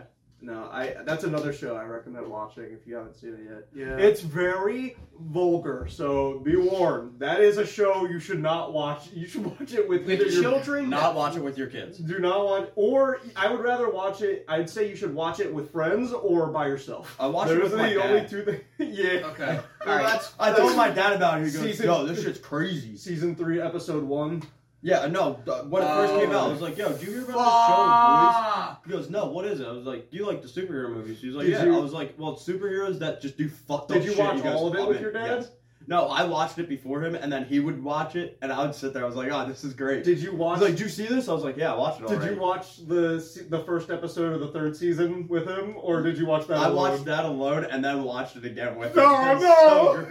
no, I that's another show I recommend watching if you haven't seen it yet.
Yeah.
It's very vulgar, so be warned. That is a show you should not watch. You should watch it with
With
either your-
children,
Not watch it with your kids.
Do not watch, or I would rather watch it. I'd say you should watch it with friends or by yourself.
I watched it
Those
with
are
my
the
dad.
only two things. yeah.
Okay.
Well,
Alright.
that's-
I told my dad about it. He goes,
Season-
"Yo, this shit's crazy."
season three, episode one.
Yeah, no. uh, When it first came out, I was like, "Yo, do you hear about
Ah!
this show, boys?" He goes, "No, what is it?" I was like, "Do you like the superhero movies?" He was like,
Did
"Yeah."
you-
I was like, "Well, it's superheroes that just do fucked up
Did you
shit."
watch
He goes,
all of it
"I'm
with
in."
your dad?
Yes. No, I watched it before him, and then he would watch it, and I would sit there. I was like, "Oh, this is great."
Did you
He's
watch?
like, "Did you see this?" I was like, "Yeah, I watched it."
did
already."
you watch the se- the first episode of the third season with him, or did you watch that?
I
alone?
watched that alone, and then watched it again with
No,
him. It was
no.
so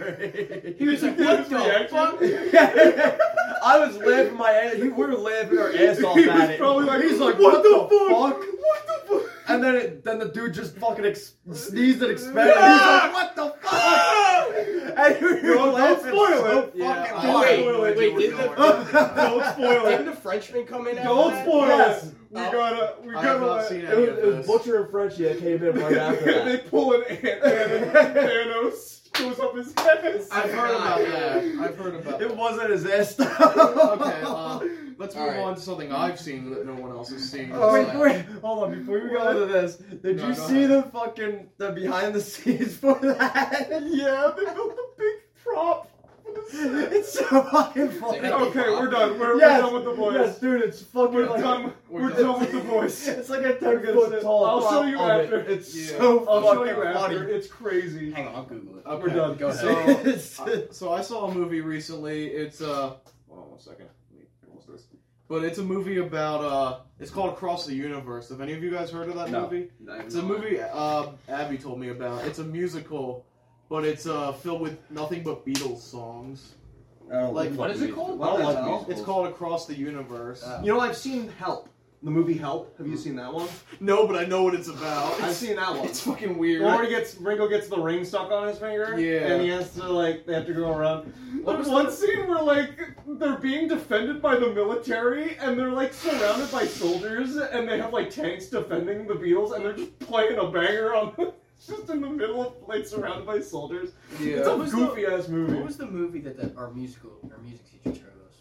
great.
He was like,
His
what the
reaction?
fuck?
I was laughing my ass. We were laughing our ass off
He
at
was
it.
probably like,
he's like, what,
"What the
the
fuck?
fuck?
What the fuck?
And then it, then the dude just fucking ex- sneezed and expanded.
Ah!
He's like, what the fuck? and we were
Don't- don't
laughing
spoil
so
it.
fucking
Yeah, I-
hard.
wait, wait, did the,
Don't spoil
didn't
it.
the Frenchman come in? after
Don't
that?
spoil
Yes.
it. We
Oh.
gotta. We
I
gotta.
have not
let-
seen it.
It was, it was Butcher and Frenchie that came in right after
they
that.
pull an ant and Thanos goes up his head.
I've heard about that. I've heard about that.
It wasn't his ass. okay,
Okay, uh, let's move
All right.
on to something I've seen that no one else has seen.
Oh,
It's
wait,
like-
wait, hold on. Before we go
What?
into this, did
No,
you
go
see the fucking the behind the scenes for that?
Yeah, they built the big prop.
it's so fucking funny.
Like,
Okay, we're done. We're,
Yes.
we're done with the voice.
Yes, dude, it's fucking
We're
like
done. We're,
we're
done.
done.
with the voice.
It's like a
We're
ten
gonna
foot
sit-
tall.
I'll show
prop Oh,
you
of
after.
It. It's
Yeah.
so
I'll show
fucking
you after.
funny.
It's crazy.
Hang on, I'll Google it.
Okay.
We're done.
Go
So,
ahead.
It's-
I- so I saw a movie recently. It's uh, hold on one second. Let me pause this. But it's a movie about uh, it's called Across the Universe. Have any of you guys heard of that
No.
movie? It's a movie uh, Abby told me about. It's a musical, but it's uh, filled with nothing but Beatles songs. Like,
what is it called?
I don't like musicals. Ah.
It's called Across the Universe.
Uh.
You know, I've seen Help. The movie Help. Have you seen that one?
No, but I know what it's about.
I've seen that one.
It's fucking weird.
Or he gets Ringo gets the ring stuck on his finger.
Yeah.
And he has to like they have to go around.
What
There's
was
one
the-
scene where like they're being defended by the military and they're like surrounded by soldiers and they have like tanks defending the Beatles and they're just playing a banger on just in the middle of like surrounded by soldiers. It's
Yeah.
What was
a
the-
goofy ass movie.
What was the movie that the, our musical our music teacher showed us?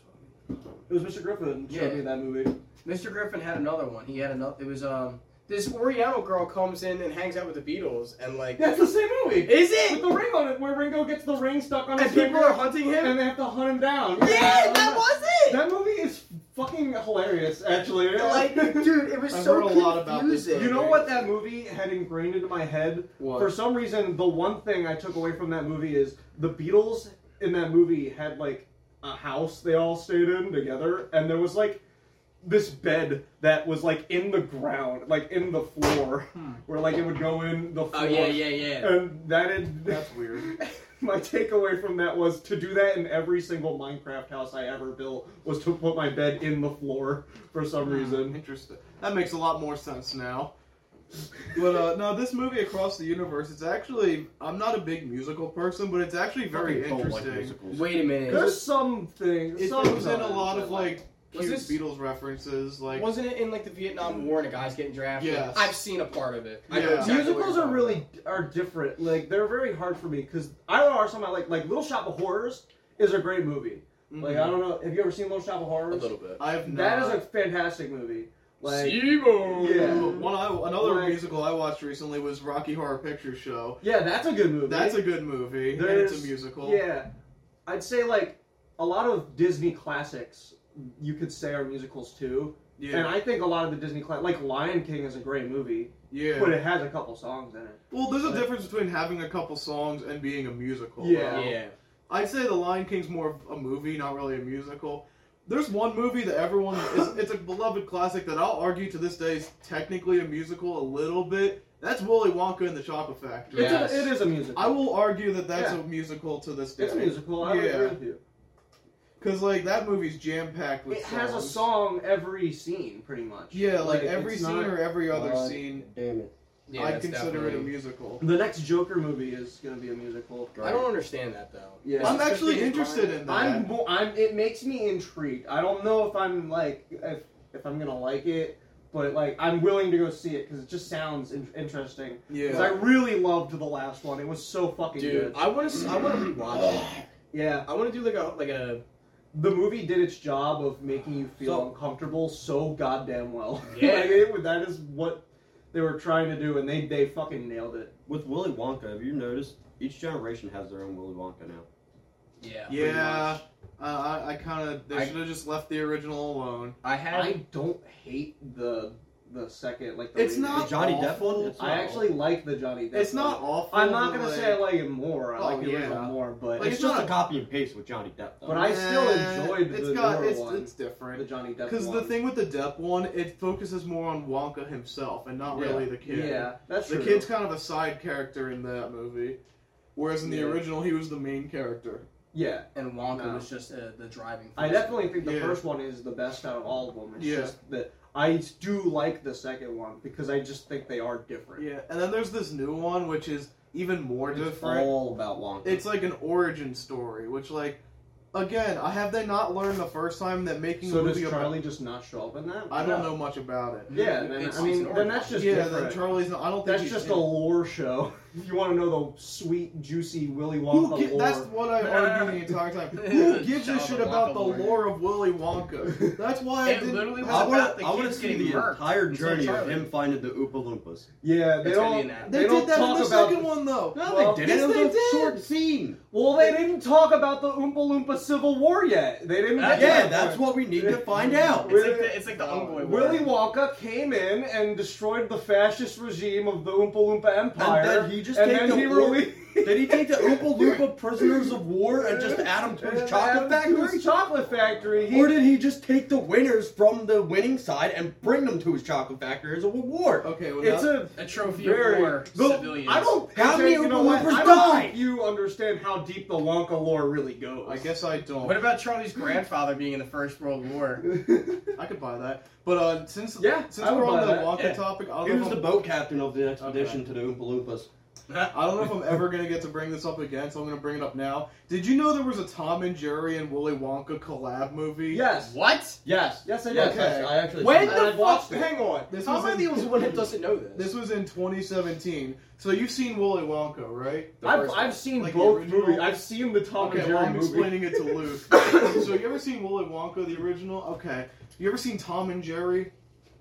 It was Mr. Griffin showed
Yeah.
me that movie.
Mr. Griffin had another one. He had another. It was um this Oriental girl comes in and hangs out with the Beatles and like
That's the same movie.
is
with
it?
the ring on it, where Ringo gets the ring stuck on
And
his
people
finger,
are hunting him.
and they have to hunt him down.
Yeah, that was it.
That movie is fucking hilarious, actually.
like, dude, it was
I've
so
heard a lot about this
confusing.
movie.
you know what that movie had ingrained into my head?
What?
For some reason, the one thing I took away from that movie is the Beatles in that movie had like a house they all stayed in together, and there was like this bed that was like in the ground, like in the floor, where like it would go in the floor.
Oh yeah, yeah, yeah.
And that had,
That's weird.
my takeaway from that was to do that in every single Minecraft house I ever built was to put my bed in the floor for some reason.
Interesting. That makes a lot more sense now. But uh, no, this movie Across the Universe. It's actually I'm not a big musical person, but it's actually very interesting.
Wait a minute.
There's some things.
it
some
throws in a lot of like
Was
cute
this-
Beatles references, like
Wasn't it in like the Vietnam War and a guy's getting drafted?
Yes.
I've seen a part of it. I know
Yeah.
exactly what
musicals
you're
are
talking
really are different. Like they're very hard for me because I don't know are some I like like Little Shop of Horrors is a great movie. Like I don't know, have you ever seen Mm-hmm. Little Shop of
about.
Horrors?
a little bit.
I have
That
mm, not.
is a fantastic movie. Like
Yeah.
yeah,
One I, another
Like-
musical I watched recently was Rocky Horror Picture Show.
yeah, that's a good movie.
That's a good movie, and
There's-
it's a musical.
Yeah, I'd say like a lot of Disney classics you could say are musicals too.
Yeah.
And I think a lot of the Disney class, like Lion King, is a great movie.
Yeah.
but it has a couple songs in it.
Well, there's a difference between having a couple songs and being a musical.
Yeah.
though.
Yeah.
I'd say The Lion King's more of a movie, not really a musical. There's one movie that everyone is, it's a beloved classic that I'll argue to this day is technically a musical a little bit. That's Willy Wonka and the Chocolate Factory.
Yeah. Yes.
It's a, it is a musical.
I will argue that that's
Yeah.
a musical to this day.
It's a musical. I would
Yeah.
agree with you.
Cause like that movie's jam packed with
It
songs.
has a song every scene, pretty much.
Yeah, like, every
it's
scene
not-
or every other
Uh,
scene,
Damn it.
yeah
I
that's
consider it a
definitely-
musical.
The next Joker movie is gonna be a musical.
I don't understand that though.
Yeah.
I'm actually interested in that.
I'm, mo- I'm. It makes me intrigued. I don't know if I'm like if if I'm gonna like it, but like I'm willing to go see it because it just sounds in- interesting. Because I
yeah,
really loved the last one. It was so fucking
Dude,
good.
I want to. I want to rewatch it.
Yeah,
I want to do like a like a
the movie did its job of making you feel
So-
uncomfortable so goddamn well.
Yeah.
like it, that is what they were trying to do, and they they fucking nailed it.
With Willy Wonka, have you noticed each generation has their own Willy Wonka now?
yeah.
yeah. Uh, I, I kind of they
I-
should have just left the original alone.
I had
I don't hate the the second like. The
It's
remake.
not
The Johnny Depp
awful.
one? It's
I actually like the Johnny Depp.
It's not
one.
awful.
I'm not
but,
gonna
like,
say I like it more. I
Oh,
like the
yeah.
original more, but
Like,
it's,
it's
just
not-
a copy and paste with Johnny Depp. Though.
But I still
eh,
enjoyed
It's
the
got
newer
it's,
one.
it's
the
different.
Johnny Depp.
Because the
one.
thing with the Depp one, it focuses more on Wonka himself and not
Yeah.
really the kid.
yeah, that's
the
true.
kid's kind of a side character in that movie, whereas in the
Yeah.
original he was the main character.
yeah,
and Wonka
No.
was just uh, the driving. Force.
I definitely think the
Yeah.
first one is the best out of all of them. It's
Yeah.
just that I do like the second one because I just think they are different.
Yeah, and then there's this new one which is even more
it's
different.
all about Wonka.
it's like an origin story, which like again, I have they not learned the first time that making
So
a
does
movie
Charlie
about
just not show up in that?
I don't know much about it.
Yeah, then,
It's-
I
it's
mean,
an
then
origin.
that's just
yeah,
different.
then Charlie's not I don't think
that's
he's
just
in-
a lore show. If you want to know the sweet, juicy Willy Wonka
who gi-
lore.
that's what I argued the entire time. Who gives a
Child
shit
of
about
Wonka
the
lore.
lore of Willy Wonka? That's why I
It
didn't.
literally was
I
I
about
wanna-
want
the
to. I want to
kids
see
getting
the
murked
entire
until
journey of
Charlie.
him finding the Oompa Loompas.
yeah, they
It's gonna be in
don't.
that.
they,
don't
did that
talk
in the
about
second one though.
No, they
didn't. Yes, they
It was
did.
a short scene.
Well, they didn't talk about the Oompa Loompa Civil War yet. They didn't.
That's
yeah,
what-
that's what we need to find out.
It's like the, it's like the Unboy War.
Willy Wonka came in and destroyed the fascist regime of the Oompa Loompa Empire.
And then he just
and
take
then
the
he
war-
released
Did he take the Oompa Loompa prisoners of war and just add them to his chocolate factory?
chocolate factory. He,
Or did he just take the winners from the winning side and bring them to his chocolate factory as a reward?
Okay, well,
it's
now-
a
a trophy
very.
of war
the-
civilians.
I don't.
How
okay,
many
you
Oompa
know what?
Loompas
I don't
died?
think you understand how deep the Wonka lore really goes.
I guess I don't.
What about Charlie's grandfather being in the First World War?
I could buy that. But uh, since
Yeah,
since
I would
we're on
buy
the
that,
Wonka
yeah.
topic, I
He
don't, know
was
if
the
I'm,
boat captain of the expedition to the Oompa Loompas.
I don't know if I'm ever gonna get to bring this up again, so I'm gonna bring it up now. Did you know there was a Tom and Jerry and Willy Wonka collab movie?
Yes.
what?
Yes.
Yes, I did.
Yes,
Okay.
I actually
When
And
the
I've watched
fuck-
it. Hang on.
This
How
was
am I
in-
the only one that doesn't know this?
This was in 2017. So you've seen Willy Wonka, right?
The
I've,
first
I've seen
Like the
both
original?
movies. I've seen the Tom
okay,
and
well,
Jerry
I'm
movie.
explaining it to Luke. so you ever seen Willy Wonka, the original? Okay. You ever seen Tom and Jerry?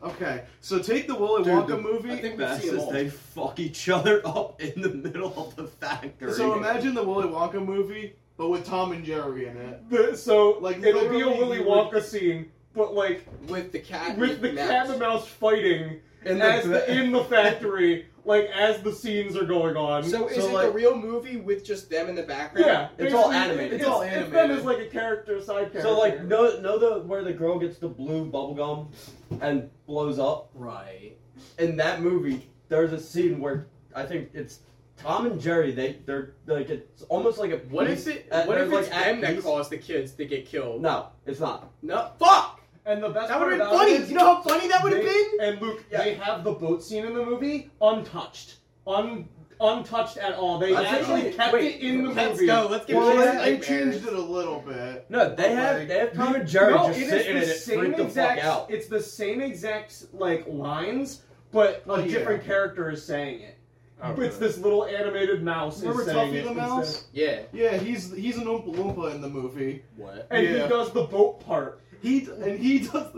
Okay. So take the Willy
Dude,
Wonka
the-
movie.
I think we've
Best
seen them
is
all.
they fuck each other up in the middle of the factory.
so imagine the Willy Wonka movie, but with Tom and Jerry in it.
The- so
Like,
like it'll be a Willy
literally, you
Wonka scene, but like
with the cat.
with the
mouse.
cat and the mouse fighting
In the
as
fa-
the, in the factory, like as the scenes are going on.
So is
So,
it
like-
the real movie with just them in the background?
yeah,
It's all
basically,
animated.
It's all
It's them
animated.
as like a character side character.
So like know know the where the girl gets the blue bubble gum and blows up?
Right.
in that movie, there's a scene where I think it's Tom and Jerry. They they're like it's almost like a
What
piece-
if it?
uh,
What
they're,
if it's
like, at
them that
peace.
caused the kids to get killed?
No, it's not.
No. Fuck.
and the best
That
part
would have been
about
funny.
it is
You know how funny that would have
they-
been?
And Luke,
Yeah.
they have the boat scene in the movie untouched, un untouched at all. They
That's
actually
actually-
kept
wait,
it in the
let's
movie.
go. Let's give
Well,
kids
they, they
nightmares.
changed it a little bit.
No, they have
Like-
they have Tom and Jerry
no,
just
it is
sitting in
the
it,
same
freaked the fuck
exact.
out.
It's the same exact like lines, but a
Oh, yeah.
different character is saying it.
Oh,
It's this little animated mouse. is
Remember
saying
Tuffy
it
the
instead.
Mouse?
Yeah.
Yeah, he's he's an Oompa Loompa in the movie.
What?
and
Yeah.
he does the boat part.
He and he does.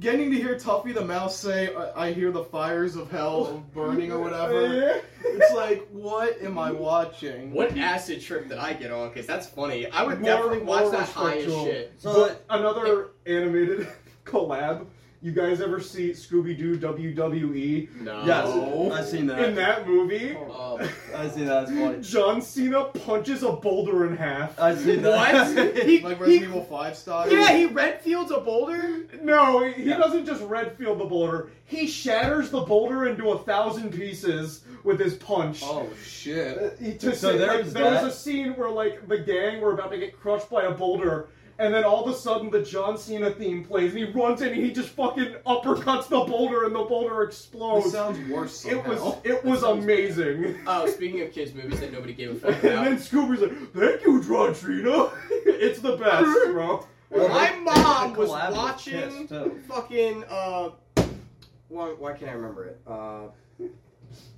Getting to hear Tuffy the Mouse say, "I, I hear the fires of hell burning" or whatever.
Yeah.
It's like, what am I watching?
What acid trip did I get on? Because that's funny. I would
More-
definitely watch
more
that high as
respectable.
shit.
So
but another animated collab You guys ever see Scooby Doo WWE?
No.
No. Yes, I've seen that.
E? In that movie,
Oh.
I've seen that. It's funny.
John Cena punches a boulder in half.
I've seen that.
What? He-
Like
he-
Resident Evil 5 style?
yeah, he Redfields a boulder.
No, he
Yeah.
doesn't just red field the boulder. He shatters the boulder into a thousand pieces with his punch.
Oh, shit.
Uh, he- to
So
say-
there's
like, there was
that.
a scene where like the gang were about to get crushed by a boulder, and then all of a sudden the John Cena theme plays, and he runs in and he just fucking uppercuts the boulder, and the boulder
This
explodes.
sounds worse somehow.
Oh, It was it was
sounds
amazing.
Oh, speaking of kids movies that nobody gave a
and
fuck
then
about.
Scooby's like, "Thank you, John Cena. it's the best, bro."
Well,
They-
my
they
mom
did a
was
collab with
watching
Kiss, too.
fucking uh. Why, why can't I remember it? Uh,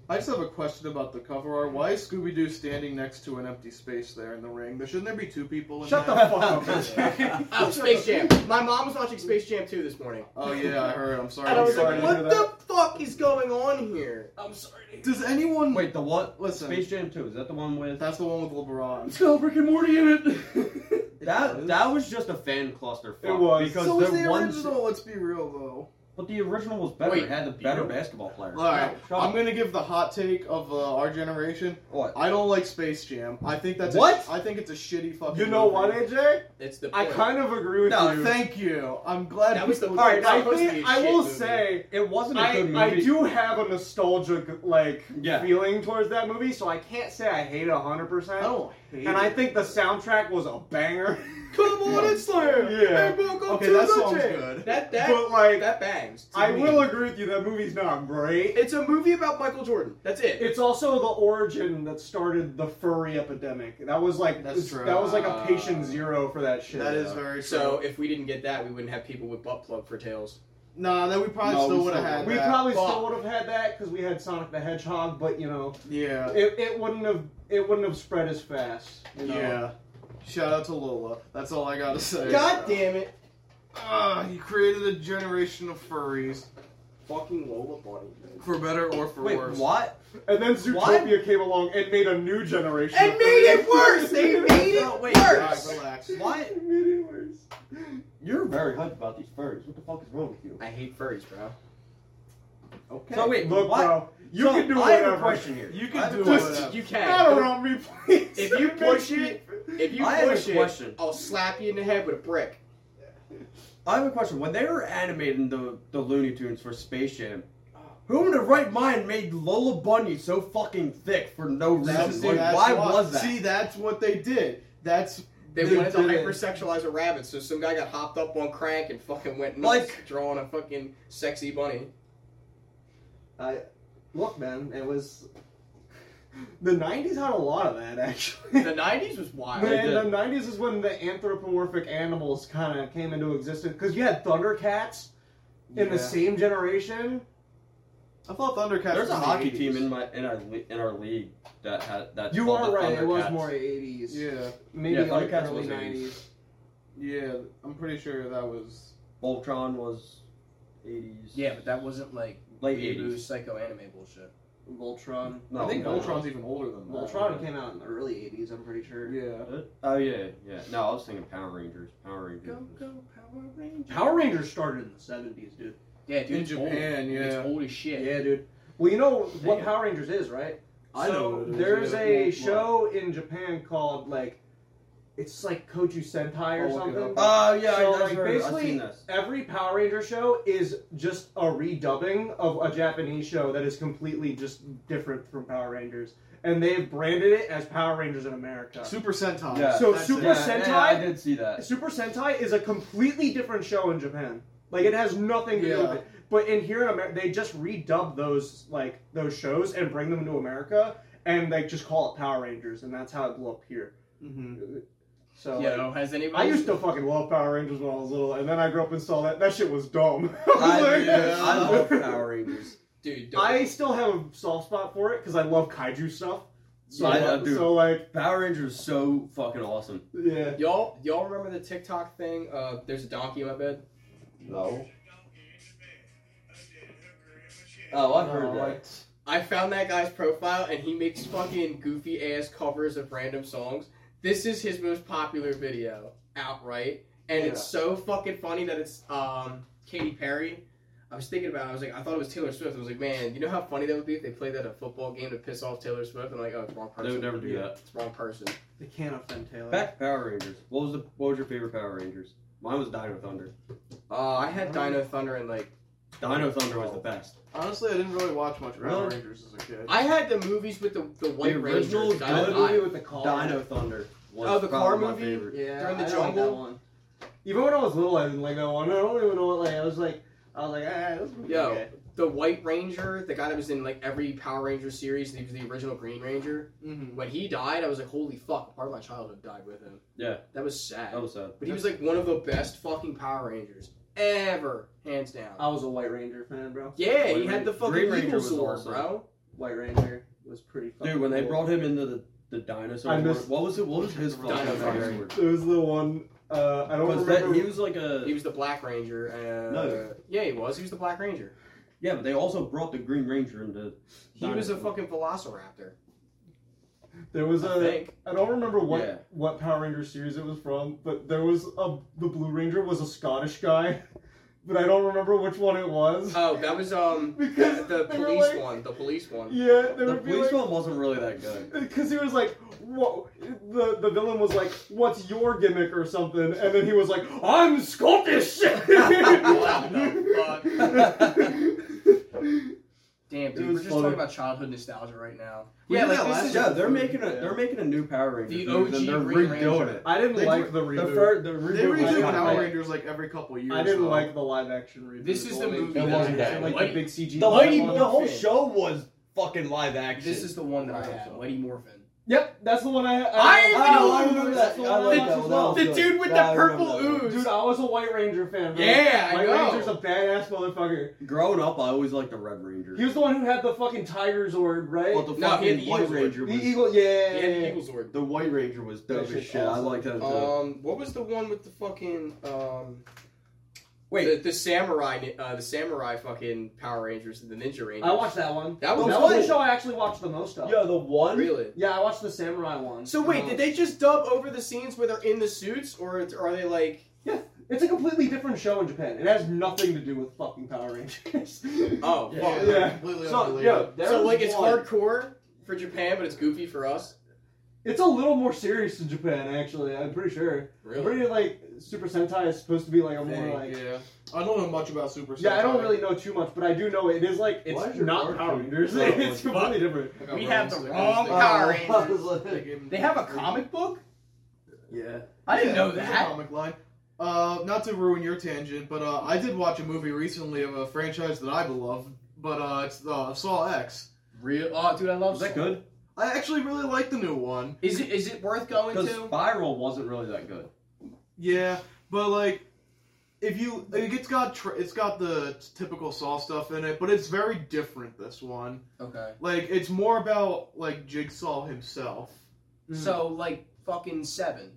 I just have a question about the cover art. Why is Scooby Doo standing next to an empty space there in the ring? There shouldn't there be two people in
Shut the
that?
fuck up. bitch.
oh, Space Jam. My mom was watching Space Jam 2 this morning.
Oh yeah, I heard. I'm sorry.
And I
I'm
was like,
sorry to
what
hear
the
that.
fuck is going on here?
I'm sorry. to hear
Does anyone?
Wait, the what?
Listen.
Space Jam 2. Is that the one with.
That's the one with LeBron.
It's got Rick and Morty in it!
It is.
that that was just a fan clusterfuck.
It was.
Because
so is
there
the
one-
original. Let's be real though.
But the original was better.
Wait,
it had the better
you-
basketball player.
All right,
No, shut
I'm
up.
gonna give the hot take of uh, our generation.
What?
I don't like Space Jam. I think that's
What?
A, I think it's a shitty fucking.
You know
movie.
what, AJ?
That's the
I
point.
kind of agree with
No,
you.
Thank you. I'm glad.
That was the
people-
part It's
I,
supposed to be
think,
a
I
shit
will
movie.
say
It wasn't a
I,
good movie.
I do have a nostalgic like
Yeah.
feeling towards that movie, so I can't say I hate it hundred
I
percent.
don't Oh, hate.
And I
it.
think the soundtrack was a banger.
Come on, it's there.
Yeah.
Hey, welcome
Okay,
to
that
the
sounds
jam.
good.
That that
But, like,
that bangs. to
I
me.
will agree with you that movie's not great.
It's a movie about Michael Jordan. That's it.
It's also the origin that started the furry epidemic. That was like
That's true.
that was like a patient
Uh,
zero for that shit.
that is very
so
true.
if we didn't get that, we wouldn't have people with butt plug for tails.
Nah, then we probably
No,
still
we
would have
still
had.
we
that.
probably
Fuck.
still would have had that because we had Sonic the Hedgehog, but you know,
Yeah.
it, it wouldn't have it wouldn't have spread as fast. You know?
Yeah. Shout out to Lola. That's all I gotta say.
God damn it!
Ah, he created a generation of furries,
Fucking Lola Bunny.
for better or for
Wait,
worse.
what?
And then Zootopia
What?
came along and made a new generation.
And
of
made it
furries.
worse. They made it
No, wait,
God,
worse.
relax.
What?
It made it worse.
You're very hyped about these furries. What the fuck is wrong with you?
I hate furries, bro.
Okay.
So wait,
Look,
what?
bro, you
So,
can do
I
whatever.
have a question here.
You can
I have
do
a
whatever.
question.
Just-
You
Not
can.
around me, please.
If you
It
push
makes
it, If you
I have a
push it,
question.
I'll slap you in the head with a brick.
I have a question. When they were animating the, the Looney Tunes for Space Jam, who in their right mind made Lola Bunny so fucking thick for no
That's-
reason?
see,
Like,
that's
why was that?
See, that's what they did. That's
They,
They
wanted to
did it.
hypersexualize a rabbit, so some guy got hopped up on crank and fucking went nuts
Like-
drawing a fucking sexy bunny.
I look, man. It was the '90s had a lot of that actually.
The '90s was wild.
They
Man,
did.
the '90s is when the anthropomorphic animals kind of came into existence because you had Thundercats in
Yeah.
the same generation.
I thought Thundercats.
There's
was
a
in the
hockey
80s.
team in my in our le- in our league that had that.
You are right; it was more '80s,
Yeah,
maybe
Yeah,
like
Thundercats
early
was
'90s.
80s.
yeah. I'm pretty sure that was.
Voltron was eighties.
Yeah, but that wasn't like
late
reboot
eighties.
psycho anime bullshit.
Voltron.
No,
I think
no.
Voltron's even older than that.
Voltron came out in the early '80s. I'm pretty sure.
Uh, Yeah.
Oh yeah, yeah. No, I was thinking Power Rangers. Power Rangers. was-
Power Rangers.
Power Rangers started in the '70s, dude.
Yeah, dude,
In
it's old.
Japan, yeah.
it's old as shit.
dude. Well, you know what
Damn.
Power Rangers is, right?
I
so
know what it is,
there's
yeah.
a
Well,
show in Japan called like, it's like Koju Sentai or
I'll look it
something.
up.
Oh yeah,
So,
I,
like,
like, I've
basically-
seen this.
Every Power Ranger show is just a redubbing of a Japanese show that is completely just different from Power Rangers, and they've branded it as Power Rangers in America.
Super Sentai.
Yeah.
So
That's
Super
it.
yeah,
Sentai?
Yeah, I did see that.
Super Sentai is a completely different show in Japan. Like it has nothing to do
Yeah.
with it. But in here in America, they just redub those like those shows and bring them to America, and they just call it Power Rangers, and that's how it blew up here.
Mhm.
So
You
like,
know, oh, has
I
anybody?
used to fucking love Power Rangers when I was little, and then I grew up and saw that that shit was dumb. I, was
I,
like-
did. I love Power Rangers.
dude. don't-
I still have a soft spot for it because I love kaiju stuff. So,
Yeah, I do.
so like,
Power Rangers is so fucking awesome.
yeah.
y'all, y'all remember the TikTok thing? Uh, there's a donkey in my bed.
No. Oh, I've heard
No,
that.
like-
I found that guy's profile, and he makes fucking goofy ass covers of random songs. This is his most popular video outright, and it's so fucking funny that it's um Katy Perry I was thinking about. it, I was like, I thought it was Taylor Swift. I was like, man, you know how funny that would be if they played that at a football game to piss off Taylor Swift. And like, oh, it's wrong person.
They would never do that.
It's wrong person.
They can't offend Taylor.
Back to Power Rangers. What was the what was your favorite Power Rangers? Mine was Dino Thunder.
Uh, I had Dino Thunder and like
Dino Thunder was the best.
Honestly, I didn't really watch much Power
Really?
Rangers as a kid.
I had the movies with the the White
The original
Rangers. I
Dino
was-
movie
I-
with the car.
Dino Thunder was
Oh, the
probably
car
my
movie?
favorite.
Yeah.
During the
I didn't
jungle?
Like that one.
Even when I was little, I didn't like that one. I don't even know what like. I was like, I was like, ah, this movie.
Yo,
okay.
the White Ranger, the guy that was in like every Power Ranger series, he was the original Green Ranger.
Mhm.
When he died, I was like, holy fuck! Part of my childhood died with him.
Yeah.
that was sad.
That was sad.
But he was like one of the best fucking Power Rangers ever, hands down.
I was a White Ranger fan, bro.
yeah, he
Uh, Green
had the
Ranger-
fucking
Green
Green
Ranger was
sword,
awesome.
bro.
White Ranger was pretty. fucking
Dude, when they
cool.
brought him into the, the dinosaur,
I
war-
missed-
what was it? What was his
Dino
fucking
Thunder.
sword?
It was the one. Uh, I don't
Was
remember.
that he was like a
He was the Black Ranger. Uh,
No.
Yeah, he was. He was the Black Ranger.
yeah? But they also brought the Green Ranger into
He was a
Dinosaur.
fucking Velociraptor.
there was
I
a.
think.
I don't remember what
Yeah.
what Power Ranger series it was from, but there was a the Blue Ranger was a Scottish guy, but I don't remember which one it was.
Uh,
Oh, that was um
Because
the
they were
police
like-
one. The police one.
yeah, they
The
would be
police
like-
one wasn't really that good.
Because he was like, "Whoa!" The the villain was like, "What's your gimmick?" or something, and then he was like, "I'm Scottish."
What the Damn,
It
dude,
was
we're just
funny.
talking about childhood nostalgia right now.
We
yeah,
did
like
that
this
last
is
yeah, they're making a they're making a new Power Ranger.
The
movie,
OG
and they're
Green
redoing
Ranger.
it.
I didn't
They
like
do-
the
The
reboot.
first the
they
redo.
redo
like-
Power
I-
Rangers like every couple years.
I didn't
though.
like the live action reboot.
This is the
Well, they-
movie
they
that
wasn't
I
that,
had.
like
Like,
the big CG.
The Mighty,
one
the whole
thing.
show was fucking live action.
This is the one that I had,
Awesome.
Mighty Morphin.
Yep, that's the one I.
I
I,
even
Oh, I
know-
remember that. I like that one. That was
The
good.
dude with
Yeah,
the
I remember
purple
that one.
ooze.
Dude, I was a White Ranger fan. bro.
Yeah, I
White
know.
Ranger's a badass motherfucker.
Growing up, I always liked the Red Ranger.
He was the one who had the fucking Tiger Zord, right?
But the
No, he had
fucking
the
White
Eagle Ranger.
Ranger
the
was
Eagle, yeah.
He had an Eagle Sword.
the White Ranger was dope
That
as
shit's
shit. Uh, I
awesome.
liked that. too.
Um, what was the one with the fucking um?
Wait.
the, the samurai, uh, the samurai fucking Power Rangers and the Ninja Rangers.
I watched that one.
That was
that
cool.
was the show I actually watched the most of.
Yeah, the one.
really.
Yeah, I watched the samurai one.
So wait,
Um,
did they just dub over the scenes where they're in the suits, or it's- are they like?
It's a completely different show in Japan. It has nothing to do with fucking Power Rangers.
Oh,
Yeah,
fuck.
they're
Yeah.
completely
So,
unrelated.
yo, there
So
was
like it's
one-
hardcore for Japan, but it's goofy for us.
It's a little more serious in Japan, actually. I'm pretty sure. I'm pretty like Super Sentai is supposed to be like a more
Dang,
like. Yeah.
yeah. I don't know much about Super.
I don't
Sentai.
really know too much, but I do know it is like it's
Why is your
not
car
Power
coming?
Rangers.
No,
it's
like,
completely different.
I got
We
wrong
have the
stick.
wrong
They-
Power
Oh, I was
Rangers.
like- gave him-
book.
Yeah.
I didn't
Yeah,
know
there's a
that.
Comic line. Uh, not to ruin your tangent, but uh, I did watch a movie recently of a franchise that I love, but uh, it's uh, Saw X.
Real? Oh, dude, I love.
Was that
Saw.
good?
I actually really like the new one.
Is it is it worth going
Because
to?
Spiral wasn't really that good.
Yeah, but like, if you like, it's got tr- it's got the typical Saw stuff in it, but it's very different. This one,
Okay.
like, it's more about like Jigsaw himself.
So like fucking seven,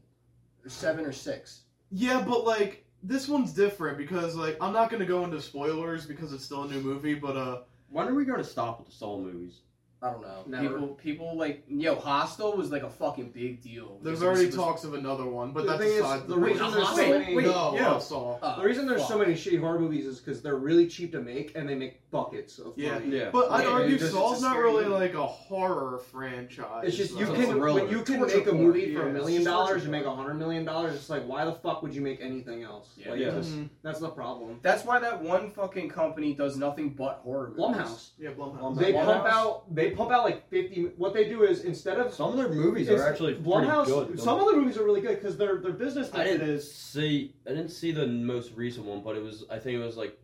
or seven or six.
Yeah, but like this one's different because like I'm not gonna go into spoilers because it's still a new movie, but uh,
When are we going to stop with the Saw movies?
I don't know.
Never.
People people like yo Hostel was like a fucking big deal.
There's
It was-
already
it was-
talks of another one, but
The
that's
thing is,
aside.
the
point.
reason
there's so
Wait,
many-
wait,
No,
yeah.
I
Oh,
The reason there's so
fuck.
many shitty horror movies is because they're really cheap to make and they make buckets of
Yeah.
money.
But I'd
Yeah,
argue
it's just-
Saw's
it's a
not
scary
really
movie.
like a horror franchise. mm,
It's just you
It's
though.
a
can
thriller.
when you can
Torture
make a
porn.
movie for
Yeah,
a
it's
million dollars
torture
and make a
porn.
hundred million dollars. It's like why the fuck would you make anything else?
Yeah.
Like,
Yeah.
that's-
Mhm.
that's the problem.
That's why that one fucking company does nothing but horror movies.
Blumhouse.
Yeah, Blumhouse.
Blumhouse.
They
Blumhouse?
pump out. They pump out like fifty. What they do is instead of
Some of their movies
It's-
are actually
Blumhouse.
pretty good.
some of the movies are really good because their their business.
I didn't see. I didn't see the most recent one, but it was. I think it was like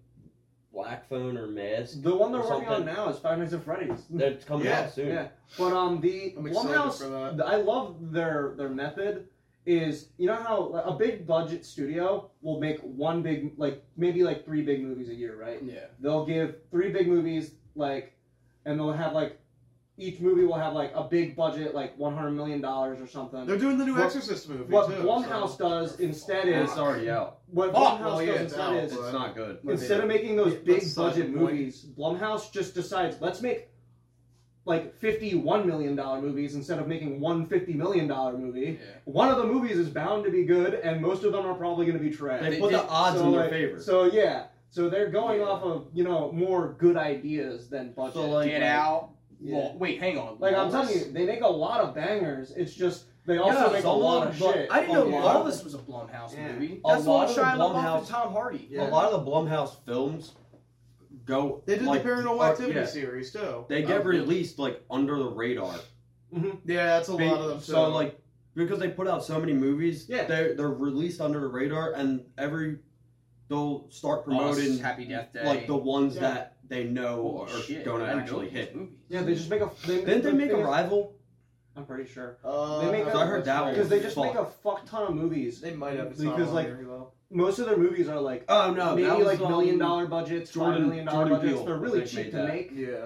Black Phone or Mask.
The one they're
or
working on
something.
now is Five Nights at Freddy's.
That's coming
Yeah,
out soon.
yeah. But um, the
I'm excited
Blumhouse,
for that.
th- I love their their method. Is you know how like, a big budget studio will make one big like maybe like three big movies a year, right?
Yeah.
They'll give three big movies like, and they'll have like each movie will have like a big budget like one hundred million dollars or something.
They're doing the new
What-
Exorcist movie.
what
too,
Blumhouse
so-
does instead
And
is
it's already out.
what
Fuck,
Blumhouse
well, yeah,
does
it's
instead
out,
is
It's
But-
not good.
Instead of making those
Yeah,
big
that's such a
budget
point.
movies, Blumhouse just decides let's make like fifty-one million dollar movies instead of making one fifty million dollar movie.
Yeah.
One of the movies is bound to be good, and most of them are probably going to be trash.
They,
They
put
did-
the odds
so,
in their
like,
favor.
So yeah, So they're going
Yeah.
off of you know more good ideas than budget.
So, like-
Get out.
Yeah.
Well, wait, hang on.
like I'm
Wallace?
telling you, they make a lot of bangers. It's just they
Yeah,
also make a
some
lot
of
of
them-
shit.
I didn't know
Oh, yeah.
Wallace was a Blumhouse
Yeah.
movie.
A
That's the
lot
one
of the
Shia LaBeouf
Blumhouse-
and Tom Hardy.
A lot of the Blumhouse films go.
They did
like,
the Paranormal
are-
Activity
yeah.
series too.
They
Oh,
get
yeah.
released like under the radar.
Yeah, that's a
Be-
lot of them.
So
too.
like because they put out so many movies,
Yeah.
they're they're released under the radar, and every they'll start promoting
Us, Happy Death Day.
like the ones
Yeah.
that they know
Holy
are
shit,
going
I
to
didn't
actually
know these
hit.
movies.
yeah, they just make a. They,
Didn't they
the
make a
thing is-
rival?
I'm pretty sure
uh,
they make
that's
a- I
heard that one.
because they just
Fuck.
make a fuck ton of movies.
They might have it's
Because,
not on
like-
there, though.
Most of their movies are like
Oh no,
maybe
that was
like million
um,
dollar budgets,
Jordan-
five million dollar
Jordan
budgets.
Peele,
They're
I
really
think,
cheap
made
to
that.
make.
Yeah,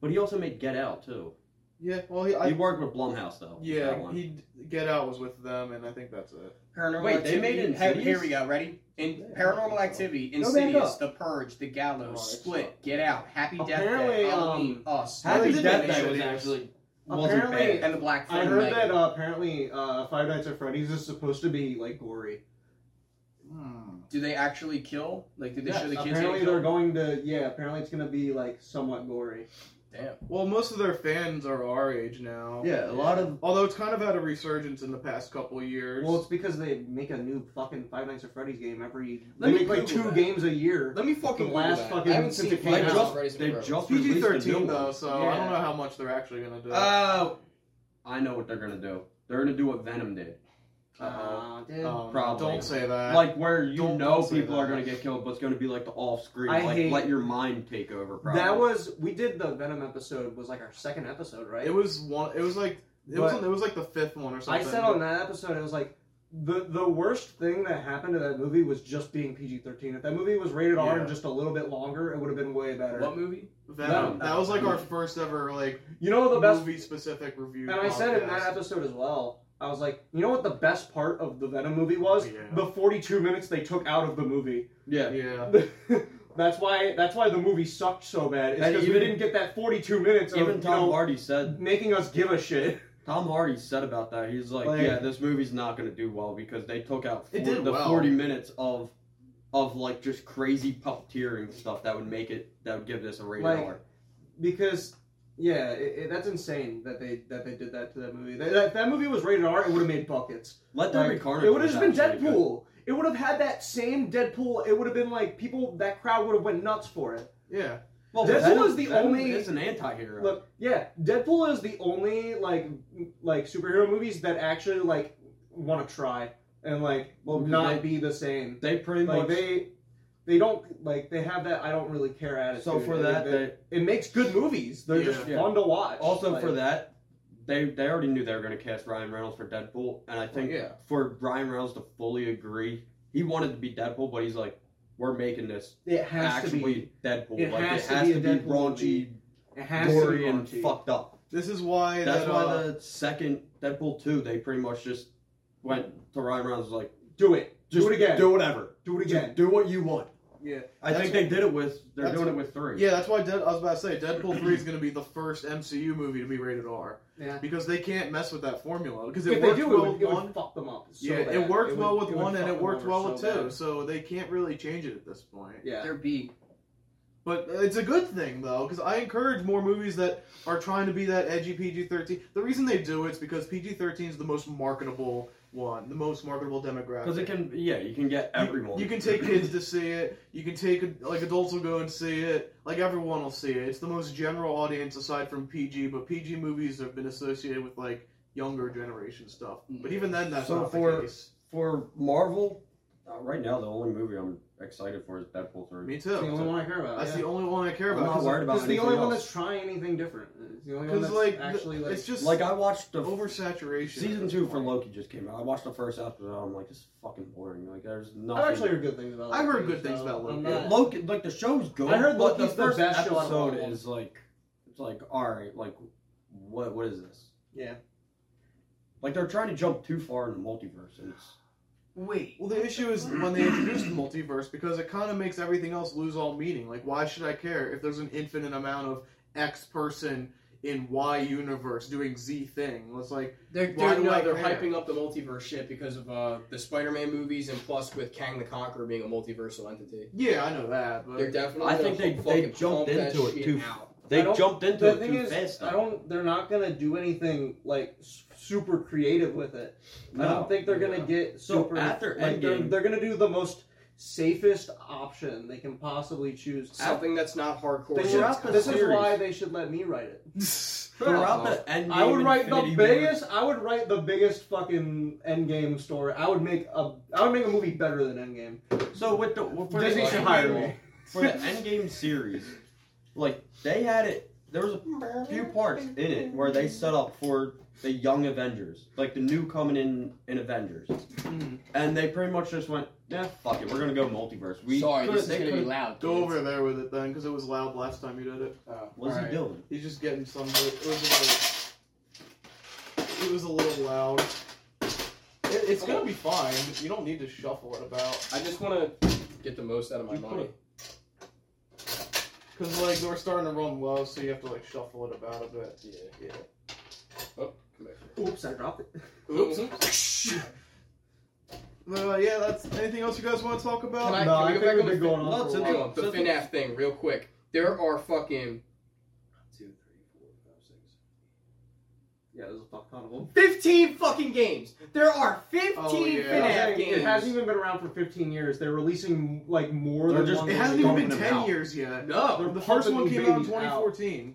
But he also made Get Out too.
yeah. Well, he,
he
I,
worked with Blumhouse though. with that
yeah,
one.
he Get Out was with them, and I think that's it.
Paranormal
Wait, they made
Activity-
Insidious?
Here we go. Ready? In
Yeah, I think
Paranormal
so.
Activity,
Go back
Insidious,
up.
The Purge, The Gallows,
Oh, it's
Split,
up.
Get Out, Happy Death Day,
Apparently, um,
Halloween, Us.
Happy
Living
Death Day
Nation,
was
Apparently-
actually wasn't
Apparently,
bad.
and the Black
I
Phone
heard
Night.
that uh, apparently uh, Five Nights at Freddy's is supposed to be like gory. Hmm.
Do they actually kill? Like, did they show the kids?
apparently
getting
they're
killed?
going to yeah. Apparently it's gonna be like somewhat gory.
Damn.
Well, most of their fans are our age now.
Yeah, a lot of
Although it's kind of had a resurgence in the past couple years.
Well, it's because they make a new fucking Five Nights at Freddy's game every.
Let
they
me
make like two
Google that.
games a year.
Let me fucking
The last
Google that.
fucking
I haven't
since
seen
it
they
came out.
just
Five Nights at
they
Freddy's.
just
PG
released a new
thirteen
one.
though, so I
Yeah.
don't know how much they're actually gonna do.
Oh, I know what they're gonna do. They're gonna do what Venom did. Uh-huh.
Uh, dude.
Um,
probably.
Don't say that.
like where you
Don't-
know
don't say
people are
that.
gonna get killed, but it's gonna be like the off screen,
I
like
hate-
let your mind take over. Probably.
that was we did the Venom episode was like our second episode, right?
it was one. It was like it
But-
was. It was like the fifth one or
I
something.
said on that episode, it was like the the worst thing that happened to that movie was just being PG thirteen. If that movie was rated R
Yeah.
and just a little bit longer, it would have been way better.
What movie?
Venom.
No,
that was like
no.
our first ever like
You know the best,
movie specific review.
and I said in
podcast.
that episode as well. I was like, you know what the best part of the Venom movie was?
Yeah.
The forty two minutes they took out of the movie.
yeah.
Yeah.
that's why that's why the movie sucked so bad. Is
And
because we
even-
didn't get that forty two minutes of
Even
you
Tom
know,
Hardy said
making us give a shit.
Tom Hardy said about that. He's like,
Like-
yeah, this movie's not gonna do well because they took out
It
40
did
the
well.
forty minutes of of like just crazy puppeteering stuff that would make it that would give this a rated
Like-
R.
because yeah, it, it, that's insane that they that they did that to that movie. That, that, that movie was rated R. It would have made buckets.
Let there
Like,
be carnage.
it would have just been
was actually good.
Deadpool. It would have had that same Deadpool. It would have been like people that crowd would have went nuts for it.
yeah.
Well,
Deadpool
Venom-
is the
Venom
only-
is an antihero.
Look, yeah, Deadpool is the only like m- like superhero movies that actually like want to try and like
Well,
will
'cause
not
they-
be the same.
they Mm-hmm. pretty
Like
much
they they don't like they have that I don't really care attitude.
so for that
it,
they
it makes good movies. They're just
Yeah.
fun to watch.
Also
Like,
for that, they they already knew they were going to cast Ryan Reynolds for Deadpool, and I think
yeah.
for Ryan Reynolds to fully agree, he wanted to be Deadpool, but he's like, we're making this
it has to be
actually Deadpool.
It
like
has
it
to
has
be
to
a
be,
Deadpool
raunchy,
It has to be
gory, and
raunchy.
fucked up.
This is why.
That's
that,
why
uh,
the second Deadpool two, they pretty much just went to Ryan Reynolds was like,
Do it.
just
do it again.
do whatever,
Do it
Just
again.
do what you want.
Yeah.
I
That's
think they did it with they're
that's
doing
what-
it with three.
Yeah, that's why Dead, I was about to say Deadpool 3 is going to be the first MCU movie to be rated R.
Yeah.
Because they can't mess with that formula. Because it
If they
worked
do,
well
it, would,
with
it would
one.
fuck them up. so
yeah,
bad.
it worked
would-
well with
would
one and
fuck
it
them
worked
over
well with
so
two,
bad.
so they can't really change it at this point.
Yeah.
They're big.
But it's a good thing though, because I encourage more movies that are trying to be that edgy PG thirteen. The reason they do it's because PG thirteen is the most marketable one, the most marketable demographic.
because it can. Yeah, you can get
You-
everyone.
You, can take kids to see it. You can take like adults will go and see it. Like everyone will see it. It's the most general audience aside from PG, but PG movies have been associated with like younger generation stuff. But even then, that's
So
not
for-
the case.
for Marvel, uh, right now the only movie I'm excited for is Deadpool three.
Me
It's the only
too.
one I care about.
That's
yeah.
the only one I care
I'm
about.
not
'cause
worried about
It's the
anything
only one
else.
that's trying anything different. It's the only one that's
Because like,
actually
the-
like.
it's just
Like I watched the
oversaturation.
season two for Loki just came out. I watched the first episode. I'm like, this is fucking boring. Like there's nothing.
I've actually heard good things about.
I've heard
Loki,
good things
so
about
I'm
Loki.
not-
Yeah, Loki, like the show's good.
I heard
but
Loki's
the
the
first
best show out of all
episode
of them.
is like, it's like all right, like what what is this?
Yeah.
Like they're trying to jump too far in the multiverse. And it's,
Wait.
Well, the issue is when they introduced the multiverse because it kind of makes everything else lose all meaning. Like, why should I care if there's an infinite amount of X person in Y universe doing Z thing. It's like
They're,
Why
they're,
do
no,
I
they're
care?
hyping up the multiverse shit because of uh, the Spider-Man movies and plus with Kang the Conqueror being a multiversal entity.
yeah, I know that,
They're
but
definitely.
I
gonna
think they-
fucking
they jumped
pump that
into it
shit
too.
Out.
They
I don't-
jumped into
The
it
thing
too
is,
fast.
I
though.
don't. They're not gonna do anything like s- super creative with it. I
No.
don't think they're gonna
No.
get
So
super.
after
like, they're,
Endgame-
they're gonna do the most safest option they can possibly choose.
Something that's not hardcore.
They
shit
should-
that's
the
gonna
this is
series.
why they should let me write it.
Throughout the Endgame,
I would write the
Infinity War-
biggest. I would write the biggest fucking Endgame story. I would make a. I would make a movie better than Endgame.
So with the well, for
Disney
the
should hire
Endgame-
me.
for the Endgame series. Like they had it. There was a few parts in it where they set up for the young Avengers, like the new coming in in Avengers,
Hmm.
and they pretty much just went, "Yeah, fuck it, we're gonna go multiverse." We
Sorry,
could've-
this is
they
gonna be
could've-
loud.
go
kids.
over there with it then, because it was loud last time you did it.
What's
Alright.
he doing?
He's just getting some. It was a little, it was a little loud. It, it's gonna be fine. You don't need to shuffle it about.
I just want to get the most out of my
You put
money.
Cause like we're starting to run low, so you have to like shuffle it about a bit.
Yeah.
Yeah.
Oh, come back.
Oops, I dropped it.
Oops.
Uh, yeah, that's anything else you guys want to talk about?
Can I,
no,
can
I
we go
think
back
we've
on the,
been going on
Well,
for a
to the-
while.
the FNAF thing real quick? There are fucking two, three, four, five, six,
Yeah, there's a fuck ton of them.
15 fucking games. There are 15
Oh, yeah.
Yeah, I'm
FNAF
saying,
games.
It hasn't even been around for 15 years. They're releasing like more
They're
than
just-
one
It
It
hasn't
movie.
even been
Pumping them
ten
out.
years yet.
no.
They're
The first
pumping
one
new
came out in
babies out.
2014.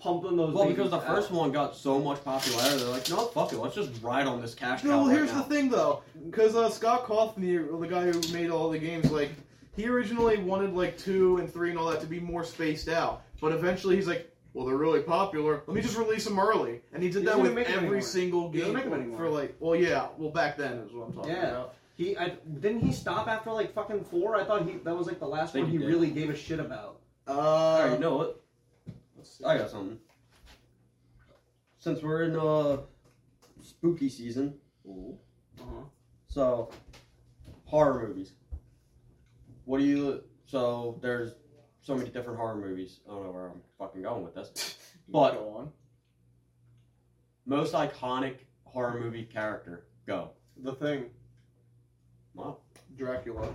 pumping those.
Well,
babies
because the first
uh,
out.
one got so much popularity, they're like, "No, fuck it, let's just ride on this cash
No,
cow."
well,
right
here's
now.
the thing though, because uh, Scott Cawthon, the guy who made all the games, like he originally wanted like two and three and all that to be more spaced out, but eventually he's like, well, they're really popular. Let me just release them early, and he did
He
that
doesn't
with
make them
every
anymore.
single
He
game
doesn't make them
for
anymore.
like, well, yeah, well back then is what I'm talking
Yeah.
about.
He I, didn't he stop after like fucking four. I thought he that was like the last
Think
one
he
he
did.
really gave a shit about.
Uh,
Alright, you know what? I got something. Since we're in uh spooky season,
Uh-huh.
so horror movies. What do you so there's so many different horror movies. I don't know where I'm fucking going with this. But
go on.
most iconic horror movie character. Go.
The thing
Dracula.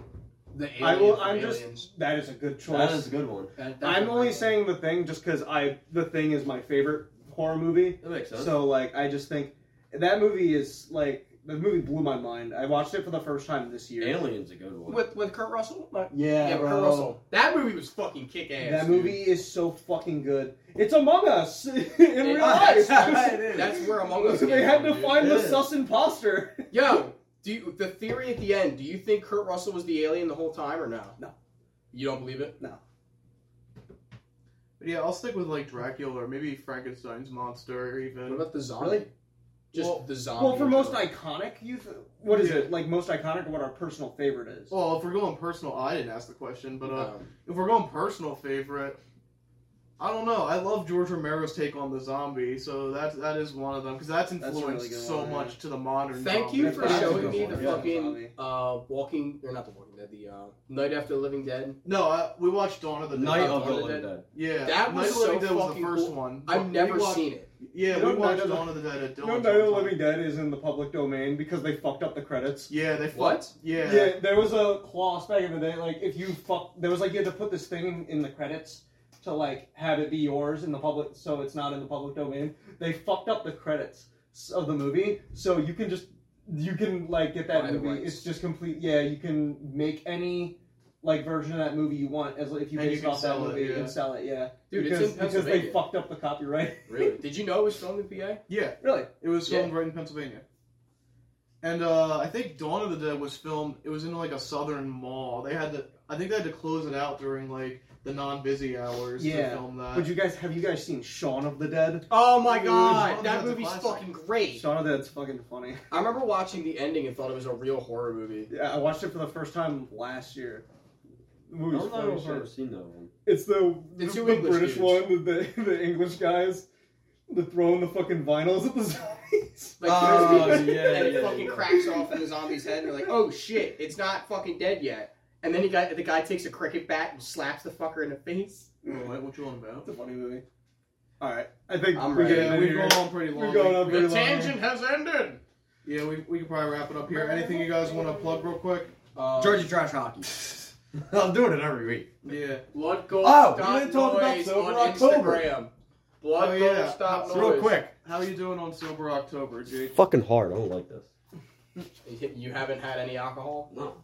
The alien
I will.
from
I'm
Aliens.
just. That is a good choice.
That is a good one.
That- that's
I'm
what
only
I-
saying the thing just because I the thing is my favorite horror movie.
That makes sense.
So like I just think that movie is like the movie blew my mind. I watched it for the first time this year.
Alien's a good one.
With, with Kurt Russell? Like,
Yeah,
yeah,
bro.
Kurt Russell. That movie was fucking kick ass.
That movie is so fucking good. It's Among Us in real life.
that's-
is.
That's where Among Us
they
came
had
from,
to
dude.
find the
It is.
sus imposter.
Yo, do you, the theory at the end? Do you think Kurt Russell was the alien the whole time or no?
No.
You don't believe it?
But yeah, I'll stick with like Dracula or maybe Frankenstein's monster or even.
What about the zombie?
Really?
Just
Well-
the zombie.
Well, for most
genre.
iconic, you th- what is
Yeah.
it like? Most iconic, or what our personal favorite is?
Well, if we're going personal, I didn't ask the question, but
Uh-huh.
uh,
Um,
if we're going personal favorite, I don't know. I love George Romero's take on the zombie, so that that is one of them because that's
That's a
influenced
really good
so
one, yeah.
much to the modern.
thank
zombie.
you
That's
for
a good
showing me
one,
the
yeah.
fucking
Zombie.
uh, Walking or not the Walking Dead, the uh, Night After the Living Dead.
No, I, we watched Dawn of the Dead.
Night
Dawn
of the
of the
Living Dead.
yeah,
That was
Night of the
so
Living Dead was the
fucking
first
cool.
one.
I've
but
never
we watched,
seen it.
Yeah,
You know
we
Night
watched
of the-
Dawn of the Dead at
You
Dylan's.
know, Night
all
of the
the time.
Living Dead is in the public domain because they fucked up the credits.
Yeah, they fucked.
What?
Yeah.
Yeah, there was a clause back in the day. Like, if you fuck, there was like you had to put this thing in, in the credits to like have it be yours in the public, so it's not in the public domain. They fucked up the credits s- of the movie, so you can just you can like get that
Buy the
movie.
rights.
It's just complete. Yeah, you can make any like version of that movie you want as if you
And you
base it
can
off that
sell it,
movie
yeah.
and sell it. Yeah,
Dude,
because
it's in
because they
Pennsylvania.
fucked up the copyright.
really? Did you know it was filmed in PA?
Yeah,
really?
it was filmed right in Pennsylvania. And uh, I think Dawn of the Dead was filmed. It was in like a southern mall. They had to. I think they had to close it out during like the non-busy hours
Yeah.
to film that.
Would you guys have you guys seen Shaun of the Dead?
Oh my
Dude, Shaun of
god,
the
that
Dead's a
movie's
classic.
fucking great.
Shaun of the Dead's fucking funny.
I remember watching the ending and thought it was a real horror movie.
Yeah, I watched it for the first time last year. The
I
movie's
don't
funny
know if
as
I've ever
shit.
seen that one.
It's the,
The
the,
two
the
English
British
dudes.
one with the, the English guys. The throwing the fucking vinyls at the zombies.
Like
Oh,
Crispy's,
yeah,
and it
yeah,
fucking
yeah.
cracks off in the zombie's head, and they're like, "Oh shit, it's not fucking dead yet." And then he got the guy takes a cricket bat and slaps the fucker in the face.
Oh, what, what you on about?
It's a funny movie. All right, I think
I'm
we
ready.
get
Yeah,
in
we've
here.
gone on pretty long.
We've gone on pretty
The
long.
tangent has ended.
Yeah, we, we can probably wrap it up here. Anything you guys want to plug real quick? Uh,
Georgia trash hockey.
I'm doing it every week.
Yeah.
Blood gold
Oh, we
stop
didn't talk about
noise
Sober
on
October.
Instagram. Blood
Oh,
gold
yeah.
stop
It's
noise.
Real quick.
How are you doing on Sober October, Jake?
Fucking hard. I don't like this.
You haven't had any alcohol?
No.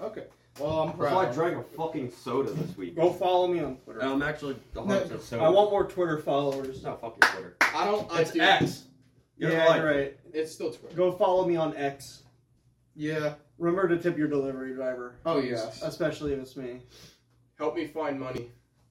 Okay. Well, I'm
That's why I
proud.
drank a fucking soda this week.
Go follow me on Twitter.
I'm actually the
No,
hardest of soda.
I want more Twitter followers.
It's not fucking Twitter.
I don't. I
It's
do.
X.
You don't
yeah,
like
you're right.
It's still Twitter.
Go follow me on X.
Yeah.
Remember to tip your delivery driver,
Oh, yeah.
especially if it's me.
Help me find money.